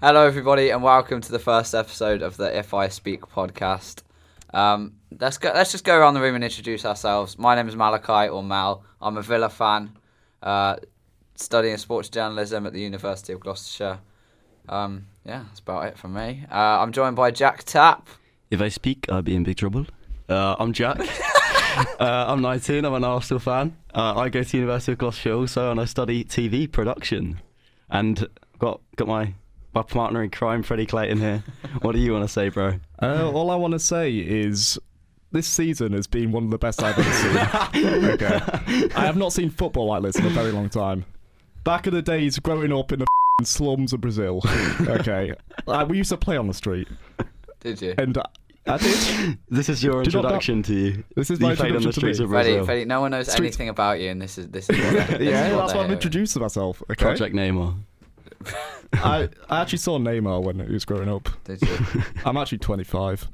Hello, everybody, and welcome to the first episode of the If I Speak podcast. Um, let's go. Let's just go around the room and introduce ourselves. My name is Malachi or Mal. I'm a Villa fan, uh, studying sports journalism at the University of Gloucestershire. Um, yeah, that's about it for me. Uh, I'm joined by Jack Tapp. If I speak, I'll be in big trouble. Uh, I'm Jack. uh, I'm 19. I'm an Arsenal fan. Uh, I go to University of Gloucestershire also, and I study TV production. And got got my my partner in crime, Freddie Clayton here. what do you want to say, bro? Uh, all I want to say is this season has been one of the best I've ever seen. okay. I have not seen football like this in a very long time. Back in the days, growing up in the f***ing slums of Brazil. Okay. Uh, we used to play on the street, Did you? and I, I did. This is your Do not- introduction to you. This is You my played on the introduction to me. streets of Freddie, Brazil. Freddie, no one knows Street- anything about you, and this is this is what they're- this is what Yeah, they're that's why I've hearing. introduced myself. Okay. Project Neymar. I, I actually saw Neymar when he was growing up. Did you? I'm actually 25.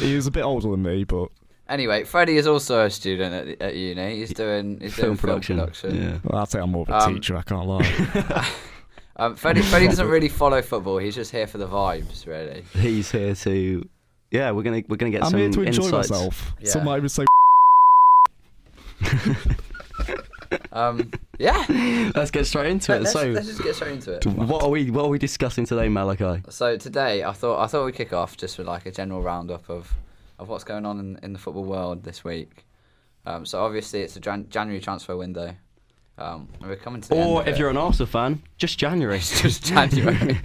He was a bit older than me, but Anyway, Freddie is also a student at, at uni. He's doing he's Film doing production. Film production. Yeah. well, I'd say I'm more of a Um, teacher, I can't lie. Um, Freddie, Freddie doesn't really follow football. He's just here for the vibes, really. He's here to. Yeah, we're gonna we're gonna get I'm some here to enjoy insights. myself. Yeah. Somebody would say Um, yeah. Let's get straight into it. Let's, so, let's just get straight into it. what are we what are we discussing today, Malachi? So today, I thought I thought we'd kick off just with like a general roundup of, of what's going on in, in the football world this week. Um, so obviously it's a Jan- January transfer window. Um, and we're coming to the end Or of if it. you're an Arsenal fan, just January. it's just January.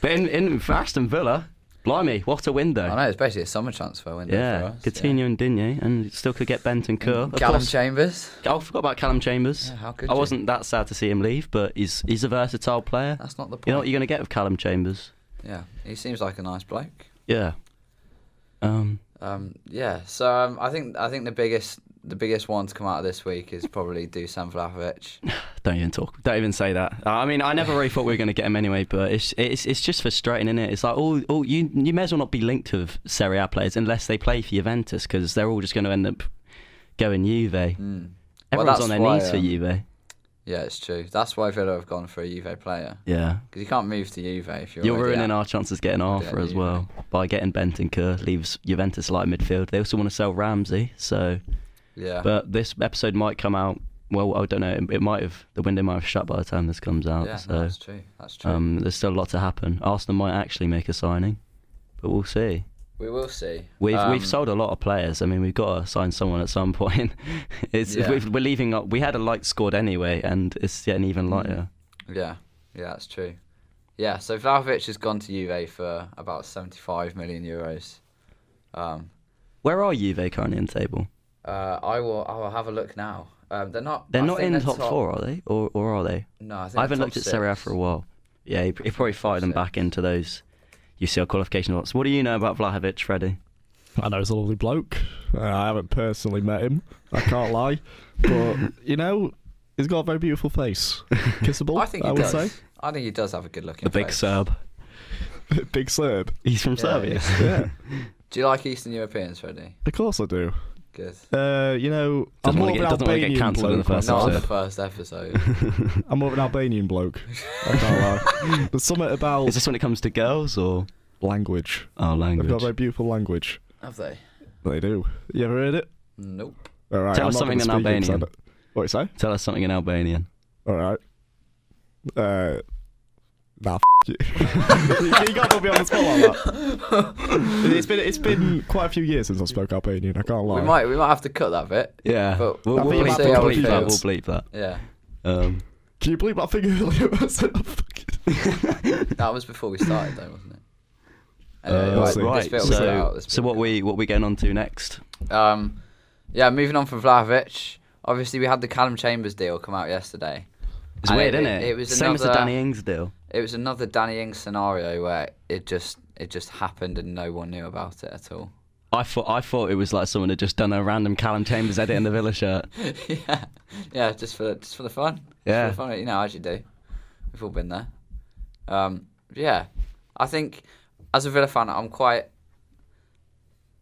But in, in for Aston Villa, blimey, what a window. I know it's basically a summer transfer window. for Yeah, us, Coutinho and Digne, and it still could get Bent and Kerr. Of Callum course- Chambers. Oh, I forgot about Callum Chambers. Yeah, how could I you? wasn't that sad to see him leave, but he's he's a versatile player. That's not the point. you know what you're going to get with Callum Chambers? yeah, he seems like a nice bloke. Yeah. Um, Um, yeah, so um, I think I think the biggest the biggest one to come out of this week is probably Dusan Vlahovic. don't even talk. Don't even say that. Uh, I mean, I never really thought we were going to get him anyway, but it's it's it's just frustrating, isn't it? It's like, oh, oh, you you may as well not be linked with Serie A players unless they play for Juventus because they're all just going to end up going Juve. Everyone's that's on their why, knees for um, Juve. Hmm. Yeah, it's true. That's why Villa have gone for a Juve player. Yeah. Because you can't move to Juve if you're. You're already ruining out. our chances of getting Arthur Yeah, as you- well by getting Bent and Kerr leaves Juventus light midfield. They also want to sell Ramsey, so Yeah. but this episode might come out. Well, I don't know. It, it might have the window might have shut by the time this comes out. yeah, no, so that's true. That's true. um, there's still a lot to happen. Arsenal might actually make a signing, but we'll see. we will see. We've we've Um, sold a lot of players. I mean, we've got to sign someone at some point. it's Yeah. we've, we're leaving. up- We had a light squad anyway, and it's getting even Hmm. lighter. Yeah, yeah, that's true. Yeah, so Vlahovic has gone to Juve for about 75 million euros. Um, Where are Juve currently in the table? uh, I will. I will have a look now. Um, they're not. They're I not think in they're the top, four, are they? Or or are they? No, I, think I they're haven't top looked at six. Serie A for a while. Yeah, he, he probably fired them six. back into those UCL qualification lots. What do you know about Vlahovic, Freddie? I know he's a lovely bloke. Uh, I haven't personally met him. I can't lie, but you know, he's got a very beautiful face, kissable. I think he I would does. say I think he does have a good looking. The big face. Serb. big Serb. He's from Yeah, Serbia. Yeah, Do you like Eastern Europeans, Freddie? of course I do. Good. Uh, you know, I'm Doesn't more wanna of get- doesn't an wanna get Albanian cancelled in the bloke. first Not myself. on episode. the first episode. I'm more of an Albanian bloke. I can't lie. There's something about Is this when it comes to girls or language. oh They've got a language? very beautiful language. have they? They do. You ever heard it? Nope. All right. Tell I'm us not something gonna in speak it 'cause I Albanian. don't- What you say? Tell us something in Albanian. All right. Uh, nah, f- you. you can't put me on the spot like that. It's been it's been quite a few years since I spoke Albanian. I can't lie. We might. We might have to cut that bit. Yeah, But we'll, I we'll, think bleep, about we'll the bleep that. We'll details. bleep that. Yeah. Um, Can you believe that thing earlier? I said, I'm fucking- That was before we started, though, wasn't it? Uh, Anyway, we'll right, see. this right. bit will cut out, So, this so bit will what we what we getting on to next? Um, yeah, moving on from Vlahovic. Obviously, we had the Callum Chambers deal come out yesterday. It's And weird, Uh, it- isn't it- it? it was Same as the another- Danny Ings deal. It was another Danny Ings scenario where it just it just happened and no one knew about it at all. I thought I thought it was like someone had just done a random Callum Chambers edit in the Villa shirt. yeah, yeah, just for just for the fun. Just for Yeah. the fun. You know, as you do. We've all been there. Um, yeah, I think as a Villa fan, I'm quite.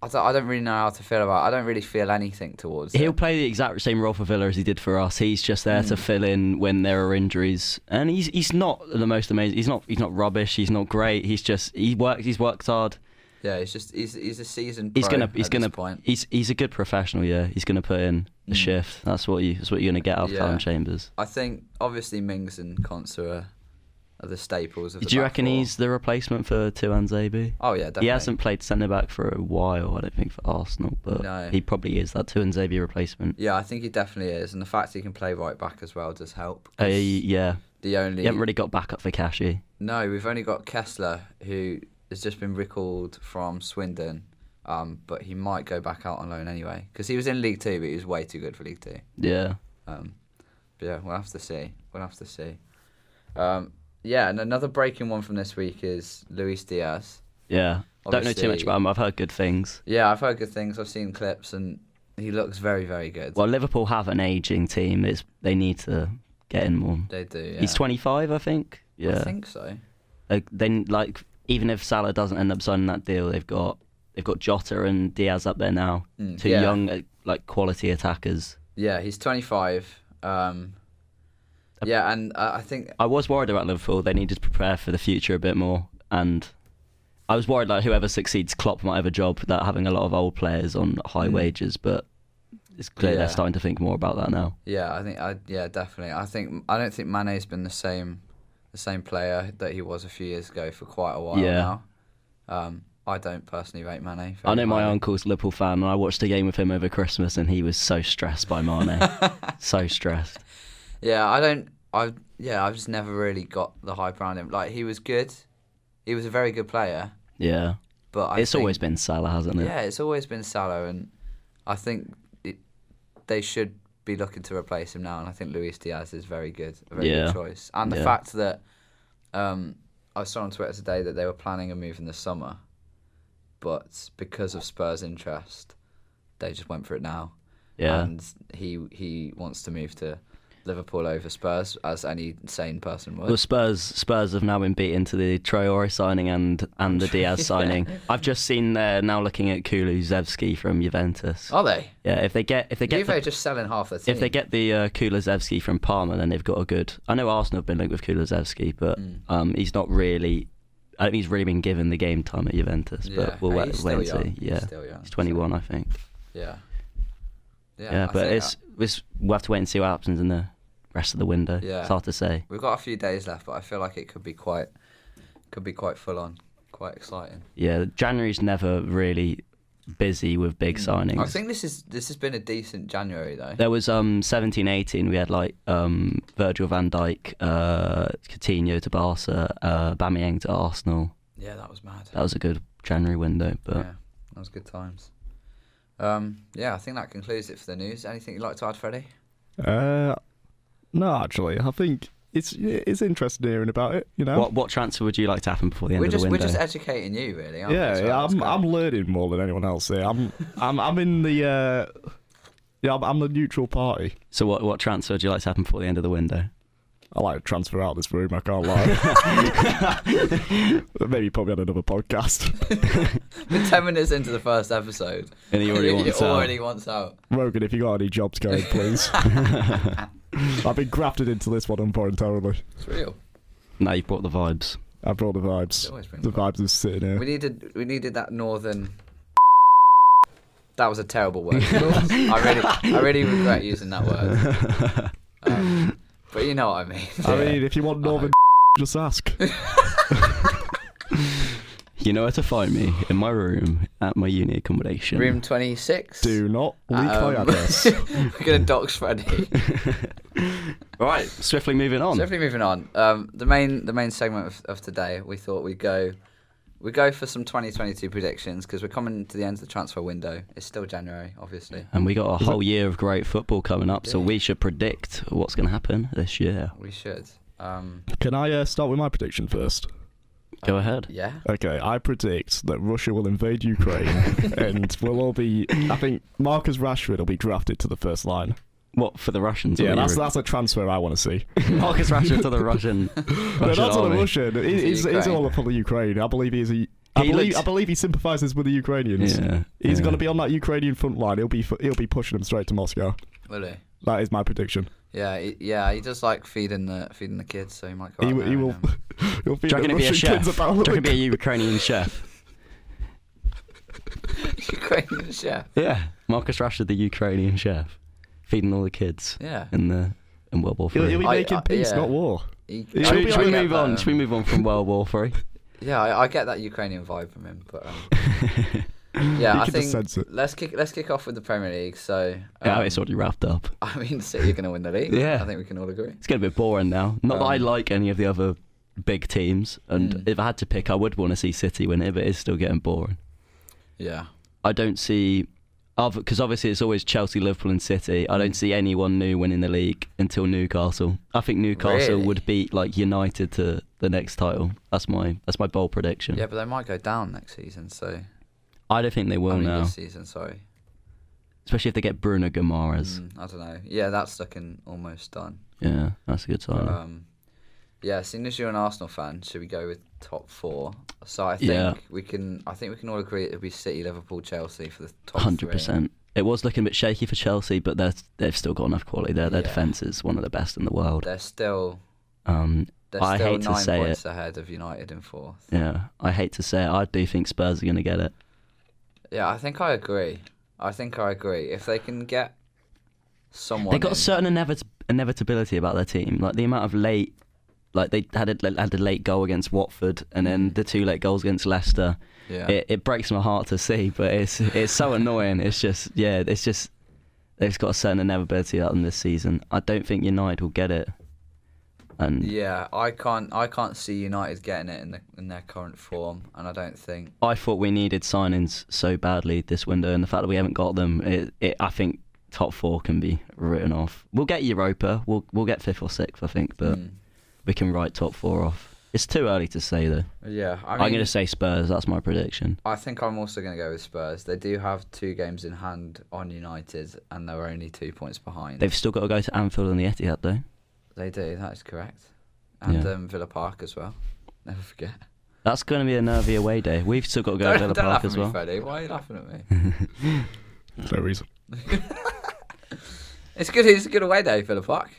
I don't, I don't really know how to feel about. It. I don't really feel anything towards. He'll It. play the exact same role for Villa as he did for us. He's just there to fill in when there are injuries, and he's he's not the most amazing. He's not he's not rubbish. He's not great. He's just he works. He's worked hard. Yeah, he's just he's he's a seasoned. He's pro gonna he's at this gonna point. Mm. he's he's a good professional. Yeah, he's gonna put in a shift. That's what you that's what you're gonna get out of Yeah. Callum Chambers. I think obviously Mings and Konsa are, are the staples of. The Do you back reckon four. he's the replacement for Tuan Zabi? Oh yeah, definitely. He hasn't played centre back for a while, I don't think, for Arsenal, but No. he probably is that Tuan Zabi replacement. Yeah, I think he definitely is, and the fact he can play right back as well does help. Uh, yeah, The only you haven't really got backup for Kashi. No, we've only got Kessler, who has just been recalled from Swindon, um, but he might go back out on loan anyway because he was in League Two, but he was way too good for League Two. Yeah. Um, but yeah, we'll have to see. We'll have to see. Um, yeah, and another breaking one from this week is Luis Diaz. Yeah. Don't know too much Obviously- about him. I've heard good things. Yeah, I've heard good things. I've seen clips, and he looks very, very good. Well, Liverpool have an aging team. It's, they need to get in more. They do. Yeah. He's 25, I think. Yeah. I think so. Like, then, like, even if Salah doesn't end up signing that deal, they've got they've got Jota and Diaz up there now. Mm, Two yeah. young, uh, like, quality attackers. Yeah, he's 25. Um, yeah, and uh, I think I was worried about Liverpool. They needed to prepare for the future a bit more, and I was worried like whoever succeeds Klopp might have a job that having a lot of old players on high wages. But it's clear Mm. Yeah. they're starting to think more about that now. Yeah, I think I yeah definitely. I think I don't think Mane's been the same, the same player that he was a few years ago for quite a while Yeah. now. Um, I don't personally rate Mane. I know very my highly. uncle's a Liverpool fan, and I watched a game with him over Christmas, and he was so stressed by Mane, so stressed. Yeah, I don't. I yeah, I've just never really got the hype around him. Like he was good, he was a very good player, Yeah, but I it's think- always been Salah, hasn't it? yeah, it's always been Salah, and I think it, they should be looking to replace him now. And I think Luis Diaz is very good, a very Yeah. good choice. And the Yeah. fact that um, I saw on Twitter today that they were planning a move in the summer, but because of Spurs' interest, they just went for it now. Yeah. and he he wants to move to Liverpool over Spurs, as any sane person would. Well, Spurs Spurs have now been beaten to the Traore signing and and the Diaz signing. I've just seen they're now looking at Kulu Zevski from Juventus. Are they? Yeah, if they get if they get Juve the, just selling half the team. if they get the uh, Kulusevski from Parma, then they've got a good. I know Arsenal have been linked with Kulusevski, but Mm. um, he's not really. I don't think he's really been given the game time at Juventus. Yeah, But we'll and wait, he's wait and still young. see. He's Yeah, still young, so- 21, I think. yeah, Yeah, I but think- it's, it's we'll have to wait and see what happens in the rest of the window. Yeah. It's hard to say. We've got a few days left, but I feel like it could be quite, could be quite full on, quite exciting. Yeah, January's never really busy with big signings. I think this is this has been a decent January though. There was um 17 18 we had like um Virgil van Dijk, uh Coutinho to Barca, uh Bamiyang to Arsenal. Yeah, that was mad. That uh, was a good January window, but yeah, that was good times. Um, yeah, I think that concludes it for the news. Anything you'd like to add, Freddie? Uh, no, actually, I think it's it's interesting hearing about it. You know, what what transfer would you like to happen before the end We're of the just we're window? just educating you really. Aren't yeah, we? So yeah that's I'm good. I'm learning more than anyone else here. I'm I'm I'm in the uh, yeah, I'm, I'm the neutral party. So what what transfer would you like to happen before the end of the window? I like to transfer out this room. I can't lie. Maybe put me on another podcast. We're ten minutes into the first episode. And he already wants he out. already wants out. Rogan, if you got any jobs going, please. I've been grafted into this one involuntarily. It's real. Now you've brought the vibes. I brought the vibes. It always brings The vibes of sitting here. We needed we needed that northern. That was a terrible word. I really I really regret using that word. Um, but you know what I mean. I mean, if you want Northern, just ask. You know where to find me in my room at my uni accommodation. Room twenty six. Do not leak my Um, address. We're gonna dox Freddie. All right, swiftly moving on. So definitely moving on. Um, the main the main segment of, of today, we thought we'd go we go for some 2022 predictions because we're coming to the end of the transfer window. It's still January, obviously. And we got a whole year of great football coming up, so we should predict what's going to happen this year. We should. Um, Can I uh, start with my prediction first? Go Uh, ahead. yeah. Okay, I predict that Russia will invade Ukraine and we'll all be. I think Marcus Rashford will be drafted to the first line. What for the Russians? Or Yeah, the that's, Euro- that's a transfer I want to see. Marcus Rashford to the Russian. No, Russian not to the army. Russian. It, it's, it's Ukraine. all up on the Ukraine. I believe he's a I He believe, looked- I believe he sympathises with the Ukrainians. Yeah, He's yeah. going to be on that Ukrainian front line. He'll be fu- he'll be pushing them straight to Moscow. Will he? That is my prediction. Yeah, he, yeah. He does like feeding the feeding the kids, so he might go. He out w- he there and, will- um, He'll feed Do you the reckon he'd be a Russian chef? kids Do a barrel you of reckon he'd be a Ukrainian chef? Ukrainian chef. Yeah, Marcus Rashford, the Ukrainian chef, feeding all the kids Yeah. in the in World War He'll, he'll Three. be I- making I- peace, yeah. not war. He- Yeah, I Should he'll get we, be uh, should we that, move on? um, Should we move on from World War Three? Yeah, I, I get that Ukrainian vibe from him, but um, yeah, You I can just think sense it. let's kick let's kick off with the Premier League. So Yeah, um, Oh, it's already wrapped up. I mean, City are going to win the league. Yeah. I think we can all agree. It's getting a bit boring now. Not that I Um, like any of the other big teams, and Mm. if I had to pick, I would want to see City win it, but it's still getting boring. Yeah, I don't see, because obviously it's always Chelsea, Liverpool, and City. I Mm. don't see anyone new winning the league until Newcastle. I think Newcastle Really? would beat like United to the next title. That's my that's my bold prediction. yeah, but they might go down next season. So I don't think they will I mean, now, this season, sorry. especially if they get Bruno Guimaraes. Mm, I don't know. Yeah, that's looking almost done. Yeah, that's a good sign. Um, yeah, seeing as you're an Arsenal fan, should we go with top four? So I think Yeah. we can. I think we can all agree it'll be City, Liverpool, Chelsea for the top. three. Hundred percent. It was looking a bit shaky for Chelsea, but they're, they've still got enough quality there. Their Yeah. defense is one of the best in the world. They're still. Um, They're I still hate to nine say it. points ahead of United in fourth. Yeah, I hate to say it. I do think Spurs are going to get it. Yeah, I think I agree. I think I agree. If they can get someone, They got in- a certain inevit- inevitability about their team, like the amount of late, like they had a, had a late goal against Watford, and then the two late goals against Leicester. Yeah. It, it breaks my heart to see, but it's it's so annoying. It's just yeah, it's just they've got a certain inevitability about them this season. I don't think United will get it, and Yeah, I can't. I can't see United getting it in the, in their current form, and I don't think. I thought we needed signings so badly this window, and the fact that we haven't got them, it, it, I think top four can be written off. We'll get Europa, we'll we'll get fifth or sixth, I think, but mm, we can write top four off. It's too early to say though. Yeah, I I am mean, going to say Spurs. That's my prediction. I think I'm also going to go with Spurs. They do have two games in hand on United, and they're only two points behind. They've still got to go to Anfield and the Etihad though. They do. That is correct. And Yeah. um, Villa Park as well. Never forget. That's going to be a nervy away day. We've still got to go to don't Villa don't Park laugh as at me, well. Freddie. Why are you laughing at me? No reason. it's good. It's a good away day, Villa Park.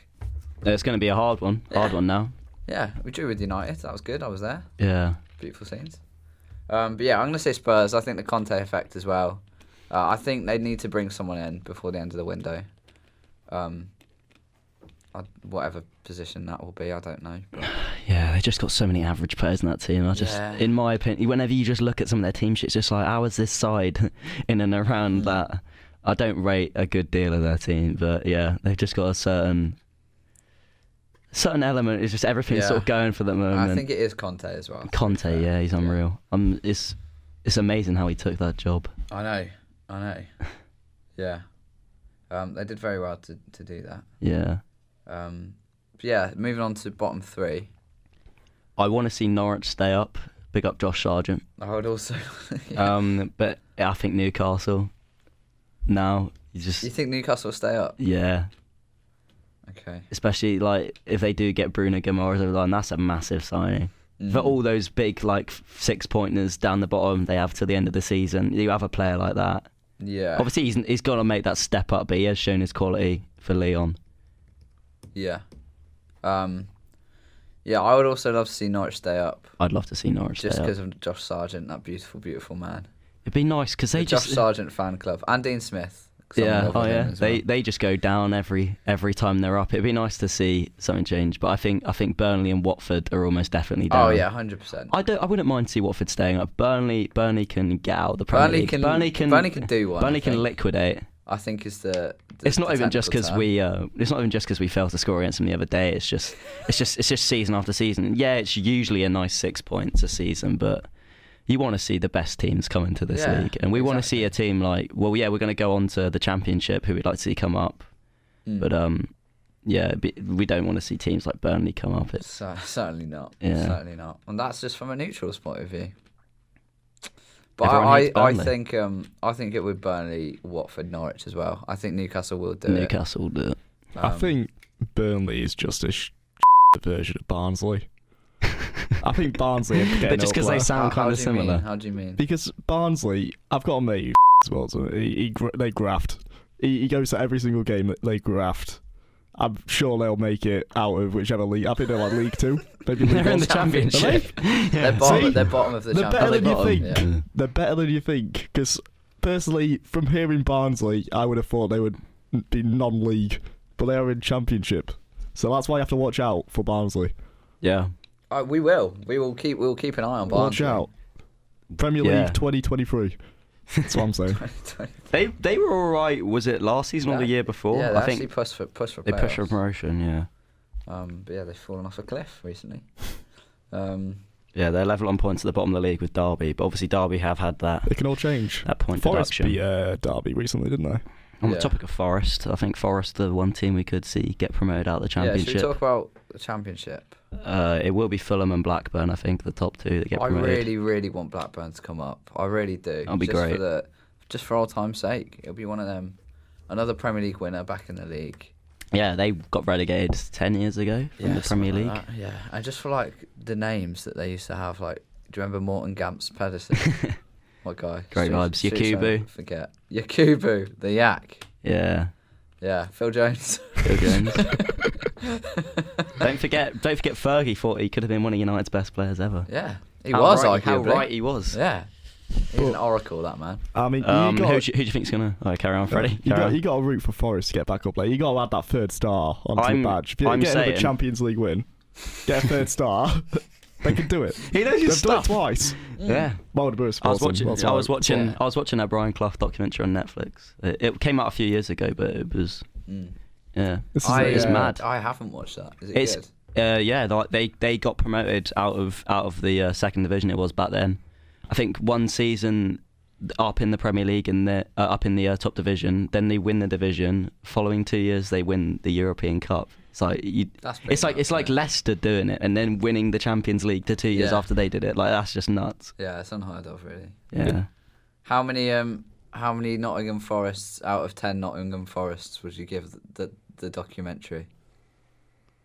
It's going to be a hard one. Hard one now. Yeah, we drew with United. That was good. I was there. Yeah. Beautiful scenes. Um, but yeah, I'm going to say Spurs. I think the Conte effect as well. Uh, I think they need to bring someone in before the end of the window. Um, I, whatever position that will be, I don't know. But Yeah, they just got so many average players in that team. I just, Yeah. in my opinion, whenever you just look at some of their team sheets, it's just like, how is this side in and Mm. around that? I don't rate a good deal of their team, but yeah, they've just got a certain certain element. It's just everything's Yeah. sort of going for the moment. I think it is Conte as well. Conte, yeah, he's unreal. Um, it's it's amazing how he took that job. I know. I know. yeah. Um, they did very well to, to do that. Yeah, Um, but yeah, moving on to bottom three. I want to see Norwich stay up. Big up Josh Sargent. I would also. Um, but I think Newcastle now you just you think Newcastle will stay up? yeah. Okay. especially like if they do get Bruno Guimaraes over the line, that's a massive signing. Mm. For all those big like six pointers down the bottom they have till the end of the season, you have a player like that. Yeah. Obviously, he's he's got to make that step up, but he has shown his quality for Leon. Yeah. Um, yeah, I would also love to see Norwich stay up I'd love to see Norwich. just stay up. because of Josh Sargent, that beautiful, beautiful man. it'd be nice because they the Josh just Sargent fan club and Dean Smith. 'cause I'm in yeah love oh with him yeah as they well. they just go down every every time they're up. It'd be nice to see something change, but I think I think Burnley and Watford are almost definitely down. Oh yeah, hundred percent. I don't. I wouldn't mind see Watford staying up. Burnley, Burnley can get out of the Premier Burnley League. can- Burnley can. Burnley can do one, Burnley I can think. liquidate. I think is the. the- It's not the even just technical because term. we. Uh, it's not even just because we failed to score against them the other day. It's just. It's just. It's just season after season. Yeah, it's usually a nice six points a season, but you want to see the best teams come into this Yeah, league, and we want to see a team like. Well, yeah, we're going to go on to the Championship, who we'd like to see come up, Hmm. Mm. but um, yeah, be- we don't want to see teams like Burnley come up. It's Cer- certainly not. Yeah. Certainly not. And that's just from a neutral's point of view. But Everyone I, hates I, I Burnley. think um I think it would Burnley, Watford, Norwich as well. I think Newcastle will do it. Newcastle. uh, Um, I think Burnley is just a sh- version of Barnsley. I think Barnsley. Are But getting just because up they there. How- sound how kind of do you mean? similar. How do you mean? because Barnsley, I've got a mate who Wilson. He, he gra- they graft. He, he goes to every single game that they graft. I'm sure they'll make it out of whichever league. I think they're like League Two, maybe League They're in One. the championship. They're Yeah. See? bottom. They're bottom of the They're better championship. than you They're think. bottom, yeah. They're better than you think. Because personally, from hearing Barnsley, I would have thought they would be non-league, but they are in Championship. So that's why you have to watch out for Barnsley. Yeah. Uh, we will. We will keep. We will keep an eye on Barnsley. Watch out. Premier Yeah. League 2023. That's what I'm saying. They they were all right. Was it last season or the Yeah. year before? Yeah, they I actually think pushed for push for they pushed for playoffs. promotion. Yeah. Um, but yeah, they've fallen off a cliff recently. Um, Yeah, they're level on points at the bottom of the league with Derby, but obviously Derby have had that It can all change. that point Forest deduction. beat uh, Derby recently, didn't they? On Yeah. the topic of Forest, I think Forest the one team we could see get promoted out of the yeah, should we championship. talk about the championship? uh, it will be Fulham and Blackburn, I think, the top two that get I promoted. really, really want Blackburn to come up. I really do. That'd be just For great. the, just for old time's sake, it'll be one of them. Another Premier League winner back in the league. Yeah, they got relegated ten years ago from the Premier something League. like that, yeah, and just for like the names that they used to have, like do you remember Morton Gamps Pedersen? what guy? Great Street- vibes. Street Yakubu. show, Forget Yakubu, the Yak. yeah, Yeah, Phil Jones. Phil Jones. don't forget, don't forget, Fergie thought he could have been one of United's best players ever. yeah, he How was right, like how right he was. Yeah, he's an oracle, that man. I mean, Um, you who, got do you, who do you think's gonna? Oh, carry on, Freddie. You Carry got, on. you got to root for Forest to get back up. Like you got to add that third star onto I'm- the badge. If you I'm get another saying- Champions League win, get a third star. they can do it. He knows his They've stuff. done it twice. Yeah. Well, it was I was Bolton, watching. that's I why. was watching. Mm. Yeah. I was watching that Brian Clough documentary on Netflix. It, it came out a few years ago, but it was, Mm. yeah, This is I, uh, it, it's yeah. uh, mad. I haven't watched that. Is it It's good? uh, yeah, like they they got promoted out of out of the uh, second division it was back then. I think one season up in the Premier League and the, uh, up in the uh, top division, then they win the division. Following two years, they win the European Cup. It's like you, That's pretty it's like nuts, it's like yeah. Leicester doing it and then winning the Champions League to two years Yeah. after they did it. Like that's just nuts. Yeah, it's unheard of, really. Yeah, How many um how many Nottingham Forests out of ten Nottingham Forests would you give the the, the documentary?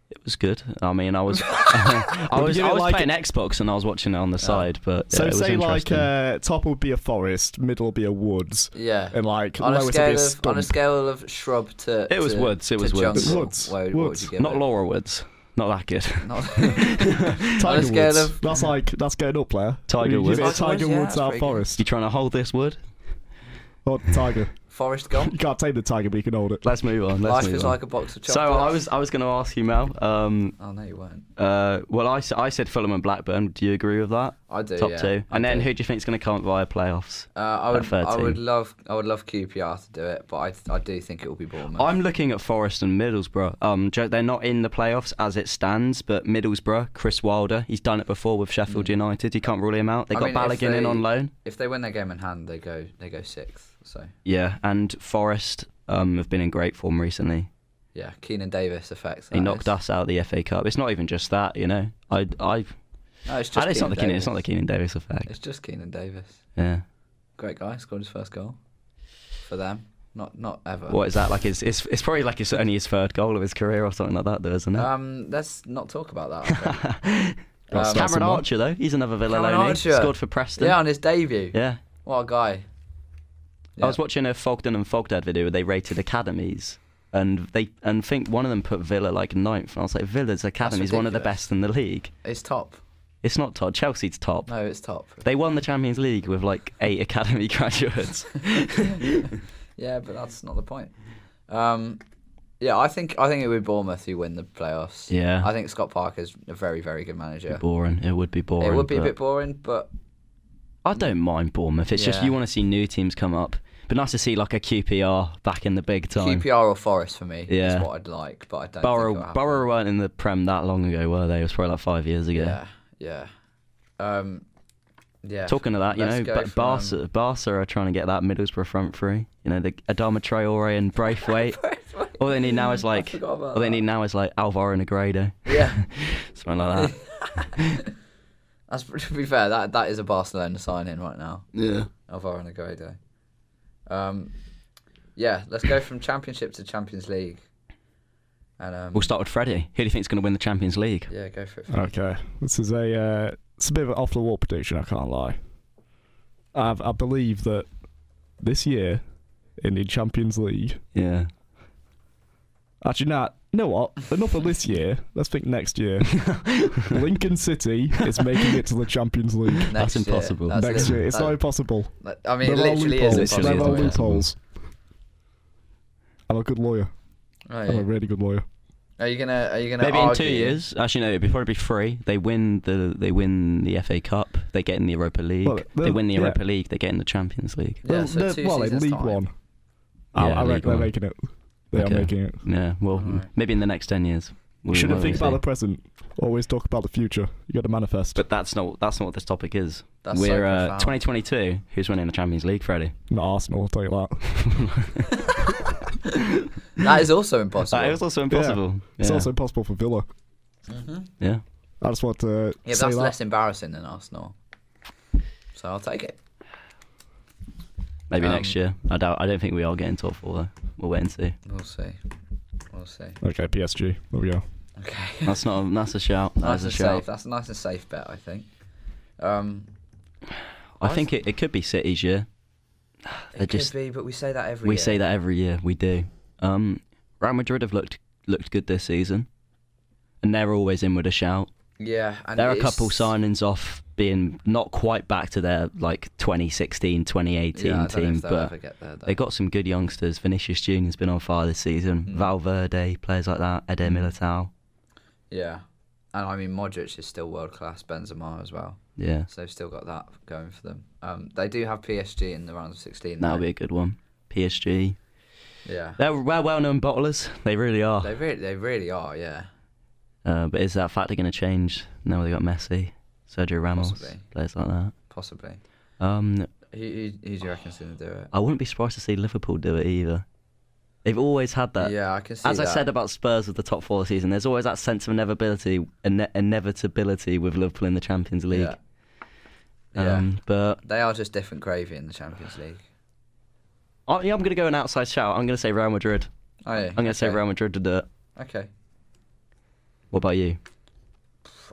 it was good. I mean, I was I Would you was, give I it was like- playing Xbox and I was watching it on the side, but yeah, So it was say like interesting. uh, top would be a Forest, middle would be a Woods, Yeah. and Um, like on a lowest would be scale a of stump. on a scale of shrub to It was to- Woods, it to was Woods. jungle, Woods, What, what would Woods. you give not it? Laura Woods, not that good. Not- Tiger scale Woods. of- that's like that's going up there. Tiger You give Woods. it a I suppose, Tiger yeah, Woods that's out pretty good. Forest. You trying to hold this wood? Or Tiger. Forest You Gump. can't take the Tiger, but you can hold it. Let's move on. Let's Life move is on. like a box of chocolates. so I was I was going to ask you, Mel. Um, Oh no, you weren't. uh, well, I, s- I said Fulham and Blackburn. Do you agree with that? I do. Top Uh, yeah, two, I and then do. who do you think's going to come up via playoffs? Uh, I at would. third I would team? love. I would love QPR to do it, but I. I do think it will be Bournemouth. I'm looking at Forest and Middlesbrough. Um, Jo- they're not in the playoffs as it stands, but Middlesbrough, Chris Wilder, he's done it before with Sheffield United. You can't rule him out. They Hmm. I got mean, if Balogun in they- on loan. If they win their game in hand, they go. They go sixth. So Yeah, and Forest um, have been in great form recently. yeah, Keenan Davis affects. He knocked us out of the FA Cup. It's not even just that, you know. I I No, it's just. and it's not Keenan the Keenan, it's not the Davis. Keenan Davis effect. It's just Keenan Davis. Yeah. Great guy. Scored his first goal for them. Not not ever. What is that like? It's it's, it's probably like it's only his third goal of his career or something like that, though, isn't it? Um, let's not talk about that. I think. That's- that's Cameron a lot. Archer though, he's another Villa Cameron loanee. Archer. Scored for Preston. yeah, on his debut. Yeah. What a guy. Yeah. I was watching a Fogden and Fogdad video where they rated academies. And they and think one of them put Villa like ninth, and I was like, Villa's academy is one of the ridiculous. best in the league. It's top. It's not top. Chelsea's top. No, it's top. They won the Champions League with like eight academy graduates. Yeah, but that's not the point. Um, yeah, I think I think it would be Bournemouth who win the playoffs. Yeah. I think Scott Parker's a very very good manager. boring. It would be boring. It would be a but- bit boring, but I don't mind Bournemouth. It's just Yeah. you want to see new teams come up. But nice to see like a QPR back in the big time. QPR or Forest for me Yeah. is what I'd like. But I don't. think it'll Borough, happen. Borough weren't in the Prem that long ago, were they? It was probably like five years ago. Yeah, yeah. Um, yeah. Talking of that, you Let's know, go but from- Barca, Barca are trying to get that Middlesbrough front three. You know, the Adama Traore and Braithwaite. all they need now is like, forgot about all they that. need now is like Alvaro Negredo, Yeah. something like that. That's to be fair. That that is a Barcelona sign in right now. yeah. Alvaro Negredo. Um, yeah, let's go from Championship to Champions League. And um, We'll start with Freddie. Who do you think's going to win the Champions League? yeah, go for it. Fred. Okay, this is a uh, it's a bit of an off the wall prediction. I can't lie. I I believe that this year in the Champions League, Yeah. actually, nah, you know what? Enough of this year. Let's think next year. Lincoln City is making it to the Champions League Next year. impossible. That's lit- next year. It's that- not impossible. that- I mean, it there are literally is loopholes. impossible. There are Literally is loopholes. I'm a good lawyer. Oh, I'm a yeah. really good lawyer. Are you gonna? Are you gonna? Maybe in argue? two years. Actually, no. It'd be- probably be three. They win the they win the FA Cup. They get in the Europa League. Well, they the- win the yeah. Europa League. They get in the Champions League. Yeah, Well, so they're- two well, in seasons League time. One. I, Yeah, I League reckon they're One. making it. They Okay. are making it. Yeah. Well, Alright. maybe in the next ten years. We Shouldn't will think about see. the present. Always talk about the future. You got to manifest. But that's not that's not what this topic is. That's so We're uh, profound. 2022. Who's winning the Champions League, Freddie? Not Arsenal, I'll tell you that. That is also impossible. That is also impossible. Yeah. It's also impossible for Villa. Mhm. yeah. I just want to Yeah, but say that's that. less embarrassing than Arsenal. So I'll take it. Maybe Um, next year. I doubt. I don't think we are getting top four though. We'll wait and see. We'll see. We'll see. Okay, PSG. There we go. Okay. That's not. A, that's a shout. nice That's a and shout. safe. That's a nice and safe bet, I think. Um, I think it, it could be City's year. They it just could be, but we say that every we year. say that every year. We do. Um, Real Madrid have looked looked good this season, and they're always in with a shout. Yeah, and there are a it's- couple signings off being not quite back to their like 2016, 2018 yeah, I don't know team, if they'll but ever get there, though. They got some good youngsters. Vinicius Junior's been on fire this season. Mm. Valverde, players like that. Eder Militao. yeah, and I mean Modric is still world class. Benzema as well, Yeah, so they've still got that going for them. Um, they do have PSG in the round of sixteen. that'll though. be a good one. PSG. yeah. They're well well known bottlers. They really are. They really, they really are. Yeah, Uh, but is that factor going to change now they got Messi, Sergio Ramos, Possibly. players like that? possibly. Um, Who, who, who do you reckon's going to do it? I wouldn't be surprised to see Liverpool do it either. They've always had that. yeah, I can see. As I that. said about Spurs with the top four season, there's always that sense of inevitability, ine- inevitability with Liverpool in the Champions League. Yeah. Yeah. Um, but They are just different gravy in the Champions League. I, yeah, I'm going to go an outside shout. I'm going to say Real Madrid. Oh, yeah. I'm going to say okay. Real Madrid to do it. Okay. What about you?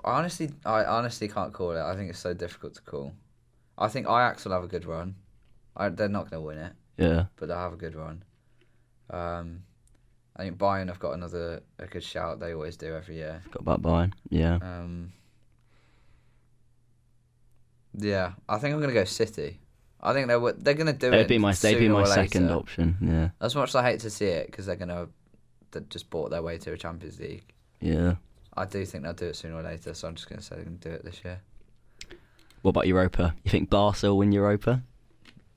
I honestly, I honestly can't call it. I think it's so difficult to call. I think Ajax will have a good run. I, they're not going to win it, Yeah. but they'll have a good run. Um, I think Bayern have got another a good shout. They always do every year. Got about Bayern. Yeah. Um, yeah, I think I'm going to go City. I think they're they're going to do it. It'd be my, they'd be sooner my or second later. option. Yeah. As much as I hate to see it, because they're gonna they just bought their way to a Champions League. Yeah. I do think they'll do it sooner or later, so I'm just gonna say they're gonna do it this year. What about Europa? You think Barca will win Europa?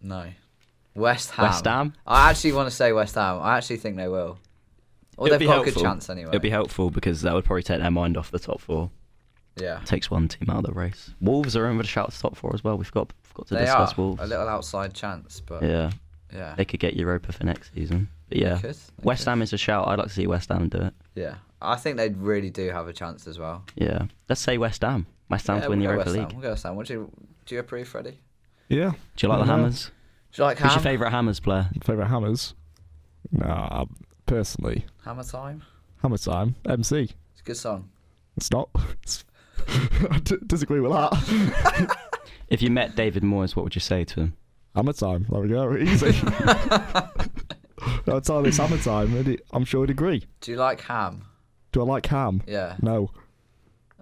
No, West Ham. West Ham? I actually want to say West Ham. I actually think they will. Or It'd they've be got a helpful. good chance anyway. It'd be helpful because that would probably take their mind off the top four. yeah, Takes one team out of the race. Wolves are in with a shout to top four as well. We've got, forgot to they are discuss Wolves. a little outside chance, but yeah, yeah. They could get Europa for next season. But yeah. could, they West could. Ham is a shout. I'd like to see West Ham do it. yeah. I think they really do have a chance as well. Yeah. Let's say West Ham. West Ham yeah, to win we'll the go Europa West Ham. League. We'll go West Ham. What do you do? You approve, Freddie? Yeah. Do you like the Yeah. Hammers? Do you like Who's ham? your favourite Hammers player? Favourite hammers? Nah, personally, Hammer time. hammer time. MC. It's a good song. It's not. It's, I d- disagree with that. If you met David Moyes, what would you say to him? Hammer time. There we go. Easy. I'll tell this hammer time. and it- I'm sure he'd agree. Do you like ham? Do I like ham? Yeah. No.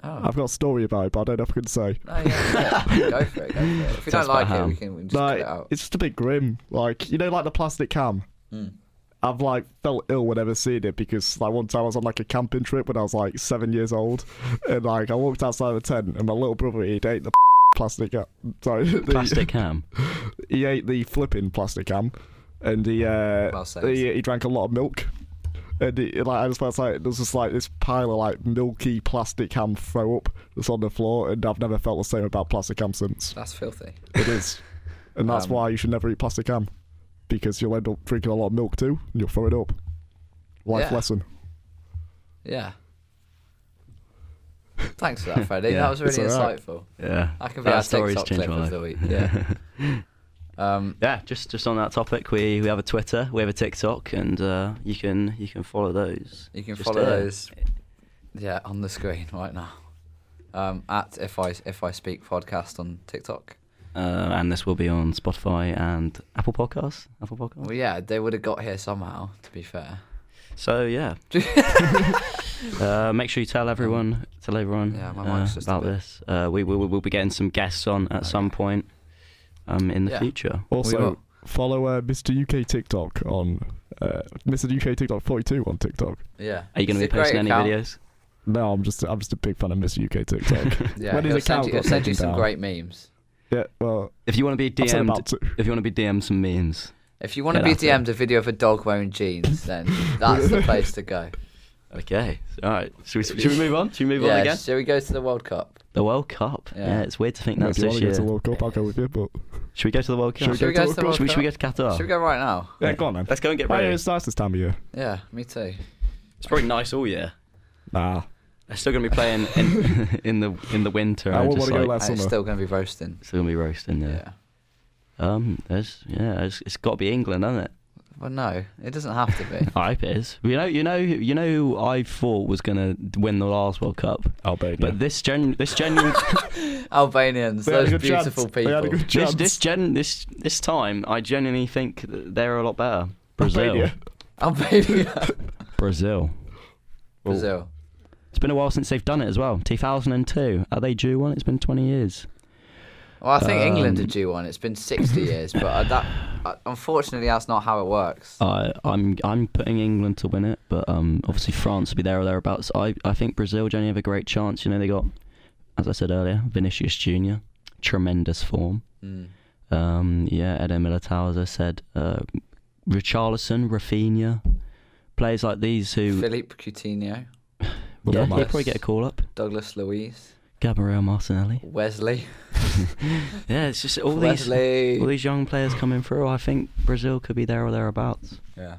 Oh. I've got a story about it, but I don't know if I can say. No, Oh, yeah, yeah. go for it. Go for it. If you Sounds don't like about it, we ham. can, we can just cut Like, it out. it's just a bit grim. Like, you know, like the plastic cam? Mm, I've like felt ill whenever seeing it because like one time I was on like a camping trip when I was like seven years old, and like I walked outside the tent and my little brother he'd ate the plastic ca- sorry the- Plastic ham. he ate the flipping plastic ham, and he uh Oh, Well said. he, he drank a lot of milk, and he, like I just felt like there's just like this pile of like milky plastic ham throw up that's on the floor, and I've never felt the same about plastic ham since. That's filthy. It is. And that's Um, why you should never eat plastic ham. Because you'll end up drinking a lot of milk too, and you'll throw it up. Life Yeah. lesson. Yeah. Thanks for that, Freddie. Yeah. That was really It's alright. insightful. Yeah. That could be our TikTok clip of the week. Yeah. Um, Yeah, just just on that topic, we, we have a Twitter, we have a TikTok, and uh, you can you can follow those. you can Just, follow uh, those. Yeah, on the screen right now. Um, at if I if I speak podcast on TikTok. Uh, and this will be on Spotify and Apple Podcasts. Apple Podcasts. Well, yeah, they would have got here somehow. To be fair. So yeah, uh, make sure you tell everyone, tell everyone Yeah, my uh, mic's just a about bit- this. Uh, we we will be getting some guests on at some point um, in the Yeah. future. We Also, will. follow uh, Mr. UK TikTok on uh, Mr. UK TikTok 42 on TikTok. Yeah. Are you going to It's be a great posting any account. videos? No, I'm just I'm just a big fan of Mr. UK TikTok. Yeah, When his he'll send account you, he'll got send you taken some down. great memes. yeah, well, If you want to be I've said DM, about two. if you want to be DM some memes, If you want to Get be after it. DM'd a video of a dog wearing jeans, then that's the place to go. okay. All right. Should we, should we move on? Should we move on yeah, again? shall we go to the World Cup? The World Cup. Yeah. Yeah. it's weird to think No, that's if you this want to go year. to the World Cup, I'll go with you. But Should we go to the World Cup? Should we go to the World Should we, should we go Cup? to Qatar? Should we go right now? yeah, go on then. Let's go and get Oh, yeah, ready. it's nice this time of year. Yeah, me too. It's probably nice all year. Nah, They're still going to be playing in, in the in the winter. I and wouldn't just want like, to go And last it's summer. still going to be roasting. Still going to be roasting. Yeah. Yeah. Um. There's yeah. It's, it's got to be England, hasn't it? Well, no, it doesn't have to be. I hope it is. You know. You know. You know. Who I thought was going to win the last World Cup, Albania. but this gen this genuine Albanians, They had those a good chance. beautiful They had a people. good this chance. this gen this this time I genuinely think that they're a lot better. Brazil. Albania. Albania, Brazil. Brazil. It's been a while since they've done it as well. 2002. Are they due one? It's been 20 years. Well, I think England are Um, due one. It's been 60 years, but uh, that uh, unfortunately that's not how it works. I I'm I'm putting England to win it, but um, obviously France will be there or thereabouts. I, I think Brazil generally have a great chance. You know they got, as I said earlier, Vinicius Junior, tremendous form. Mm. Um, yeah, Eder Militao, as I said, uh, Richarlison, Rafinha, players like these who Philippe Coutinho, yeah, he'll Douglas. probably get a call up. Douglas Luiz, Gabriel Martinelli. Wesley, Yeah, it's just all these Wesley. all these young players coming through. I think Brazil could be there or thereabouts. Yeah.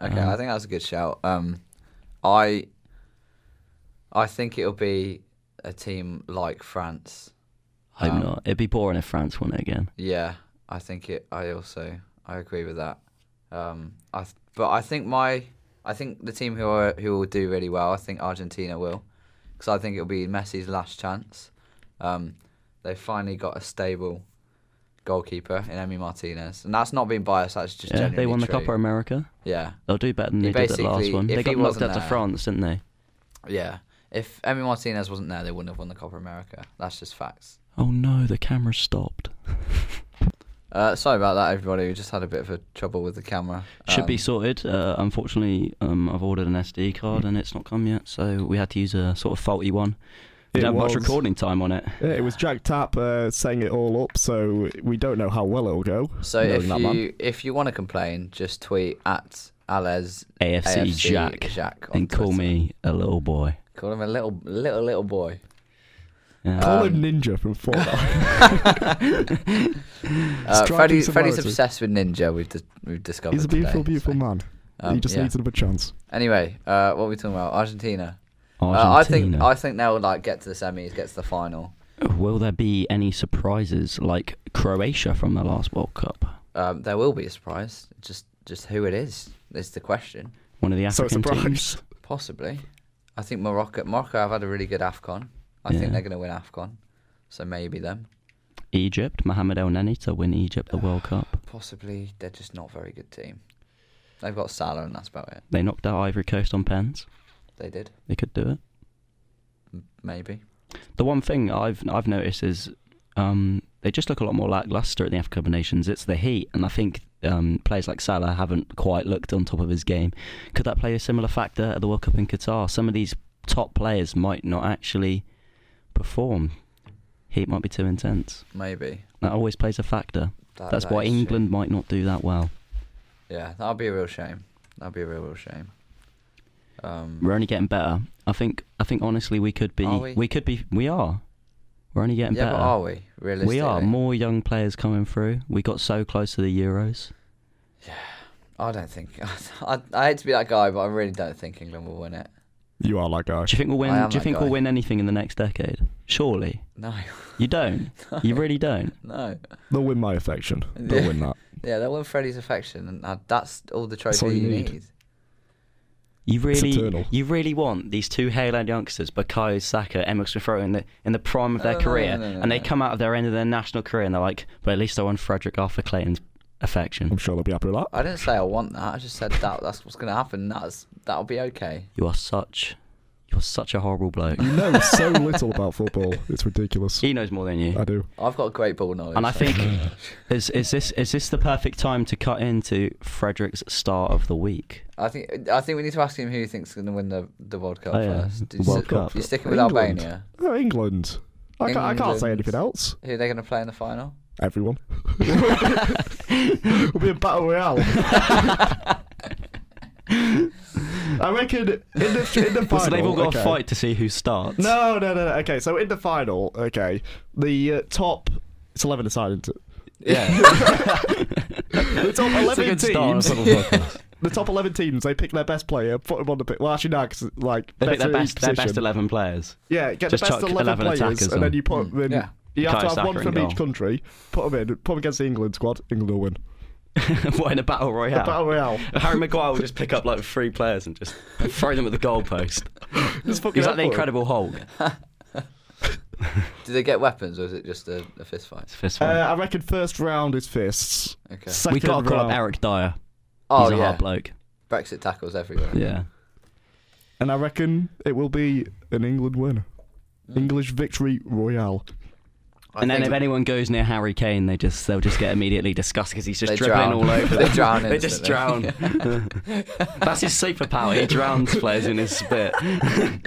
Okay, Um, I think that's a good shout. Um, I I think it'll be a team like France. Hope Um, not. It'd be boring if France won it again. Yeah, I think it. I also I agree with that. Um, I th- but I think my I think the team who are, who will do really well. I think Argentina will, because I think it'll be Messi's last chance. Um, they finally got a stable goalkeeper in Emi Martinez, and that's not being biased. That's just yeah, genuinely they won the true. Copa America. Yeah, They'll do better than He they did the last basically- one. if They he got knocked wasn't out to there- France, didn't they? Yeah. If Emmy Martinez wasn't there, they wouldn't have won the Copa America. That's just facts. Oh no, the camera stopped. Uh, sorry about that, everybody. We just had a bit of a trouble with the camera. Should be Um, sorted. Uh, unfortunately, um, I've ordered an SD card and it's not come yet, so we had to use a sort of faulty one. It Didn't have much was- recording time on it. Yeah, it was Jack Tapp uh, setting it all up, so we don't know how well it'll go. So knowing if that man. you if you want to complain, just tweet at Alez AFC, AFC Jack, Jack on and call Twitter. me a little boy. Call him a little little little boy. Yeah. Call Um, him Ninja from Fortnite. Uh, Freddie, Freddie's similarity. obsessed with Ninja. We've dis- we've discovered. He's a beautiful, today, beautiful so. man. he Um, just yeah. needs another chance. Anyway, uh, what are we talking about? Argentina. Argentina. Uh, I think I think they'll like get to the semis, get to the final. Will there be any surprises like Croatia from the last World Cup? Um, there will be a surprise. Just just who it is is the question. One of the So it's African a teams. prize. Possibly. I think Morocco Morocco have had a really good AFCON. I Yeah. think they're gonna win AFCON. So maybe them. Egypt, Mohamed El Neni to win Egypt the World Cup. Possibly they're just not a very good team. They've got Salah and that's about it. They knocked out Ivory Coast on pens. They did. They could do it. M- Maybe. The one thing I've I've noticed is um, they just look a lot more lackluster at the Africa Cup of Nations. It's the heat, and I think um, players like Salah haven't quite looked on top of his game. Could that play a similar factor at the World Cup in Qatar? Some of these top players might not actually perform. Heat might be too intense. Maybe. That always plays a factor. That- That's that why is true. England might not do that well. Yeah, that'll be a real shame. That'll be a real real shame. Um We're only getting better. I think. I think honestly, we could be. Are we? We? could be. We are. We're only getting Yeah, better. but are we? Realistically. we are more young players coming through. We got so close to the Euros. I don't think I, I hate to be that guy, but I really don't think England will win it. You are that guy. Do you think we'll I am win? Do you that think guy. we'll win anything in the next decade? Surely No, you don't. You really don't. no. They'll win my affection. They'll Yeah. win that. Yeah, that won Freddie's affection, and uh, that's all the trophy all you you need. need. You eternal. really, you really want these two Haaland youngsters, Bakayo Saka, Emma Smith-Rowe, in the in the prime of their No, no, no, career, no, no, and they no. come out of their end of their national career, and they're like, "But at least I won Frederick Arthur Clayton's I'm affection." sure they'll be happy with that. I didn't say I want that. I just said that that's what's gonna happen. That's that'll be okay. You are such, you are such a horrible bloke. You know so little about football. It's ridiculous. he knows more than you. I do. I've got great ball knowledge. And I so- think is is this is this the perfect time to cut into Frederick's start of the week? I think I think we need to ask him who he thinks is gonna win the, the World Cup Oh, yeah. first. Did you World s- Cup. You're sticking with England. Albania. Oh, England. I, Can't, I can't say England. anything else. Who are they gonna play in the final? Everyone. It'll be a battle royale. I reckon in the, in the final. so they've all got okay. a fight to see who starts. No, no, no, no. Okay, so in the final, okay, the uh, top. It's 11 aside, isn't it? Yeah. The top That's a 11 good start. teams. The top 11 teams, they pick their best player, put him on the pitch. Well, actually, no, 'cause, like, They pick best their in each best, their best position. eleven players. Yeah, get Just the best chuck 11, 11 players, attackers and then on. you put them in. Yeah. You Kai have to have one Saka in from goal. each country. Put them in. Put them against the England squad. England will win. what in a battle royale? The battle royale. Harry Maguire will just pick up like three players and just throw them at the goalpost. He's Just fucking go like the for it. Incredible Hulk. Did they get weapons or is it just a, a fist fight? It's fist Uh, fight. I reckon first round is fists. Okay. Second we got to call round, up Eric Dyer. oh He's a yeah, hard bloke. Brexit tackles everywhere. Yeah. and I reckon it will be an England win. English victory royale. I and then think if anyone goes near Harry Kane, they just they'll just get immediately disgusted because he's just They dribbling drown. all over. They them. drown They just drown. That's his superpower. He drowns players in his spit. I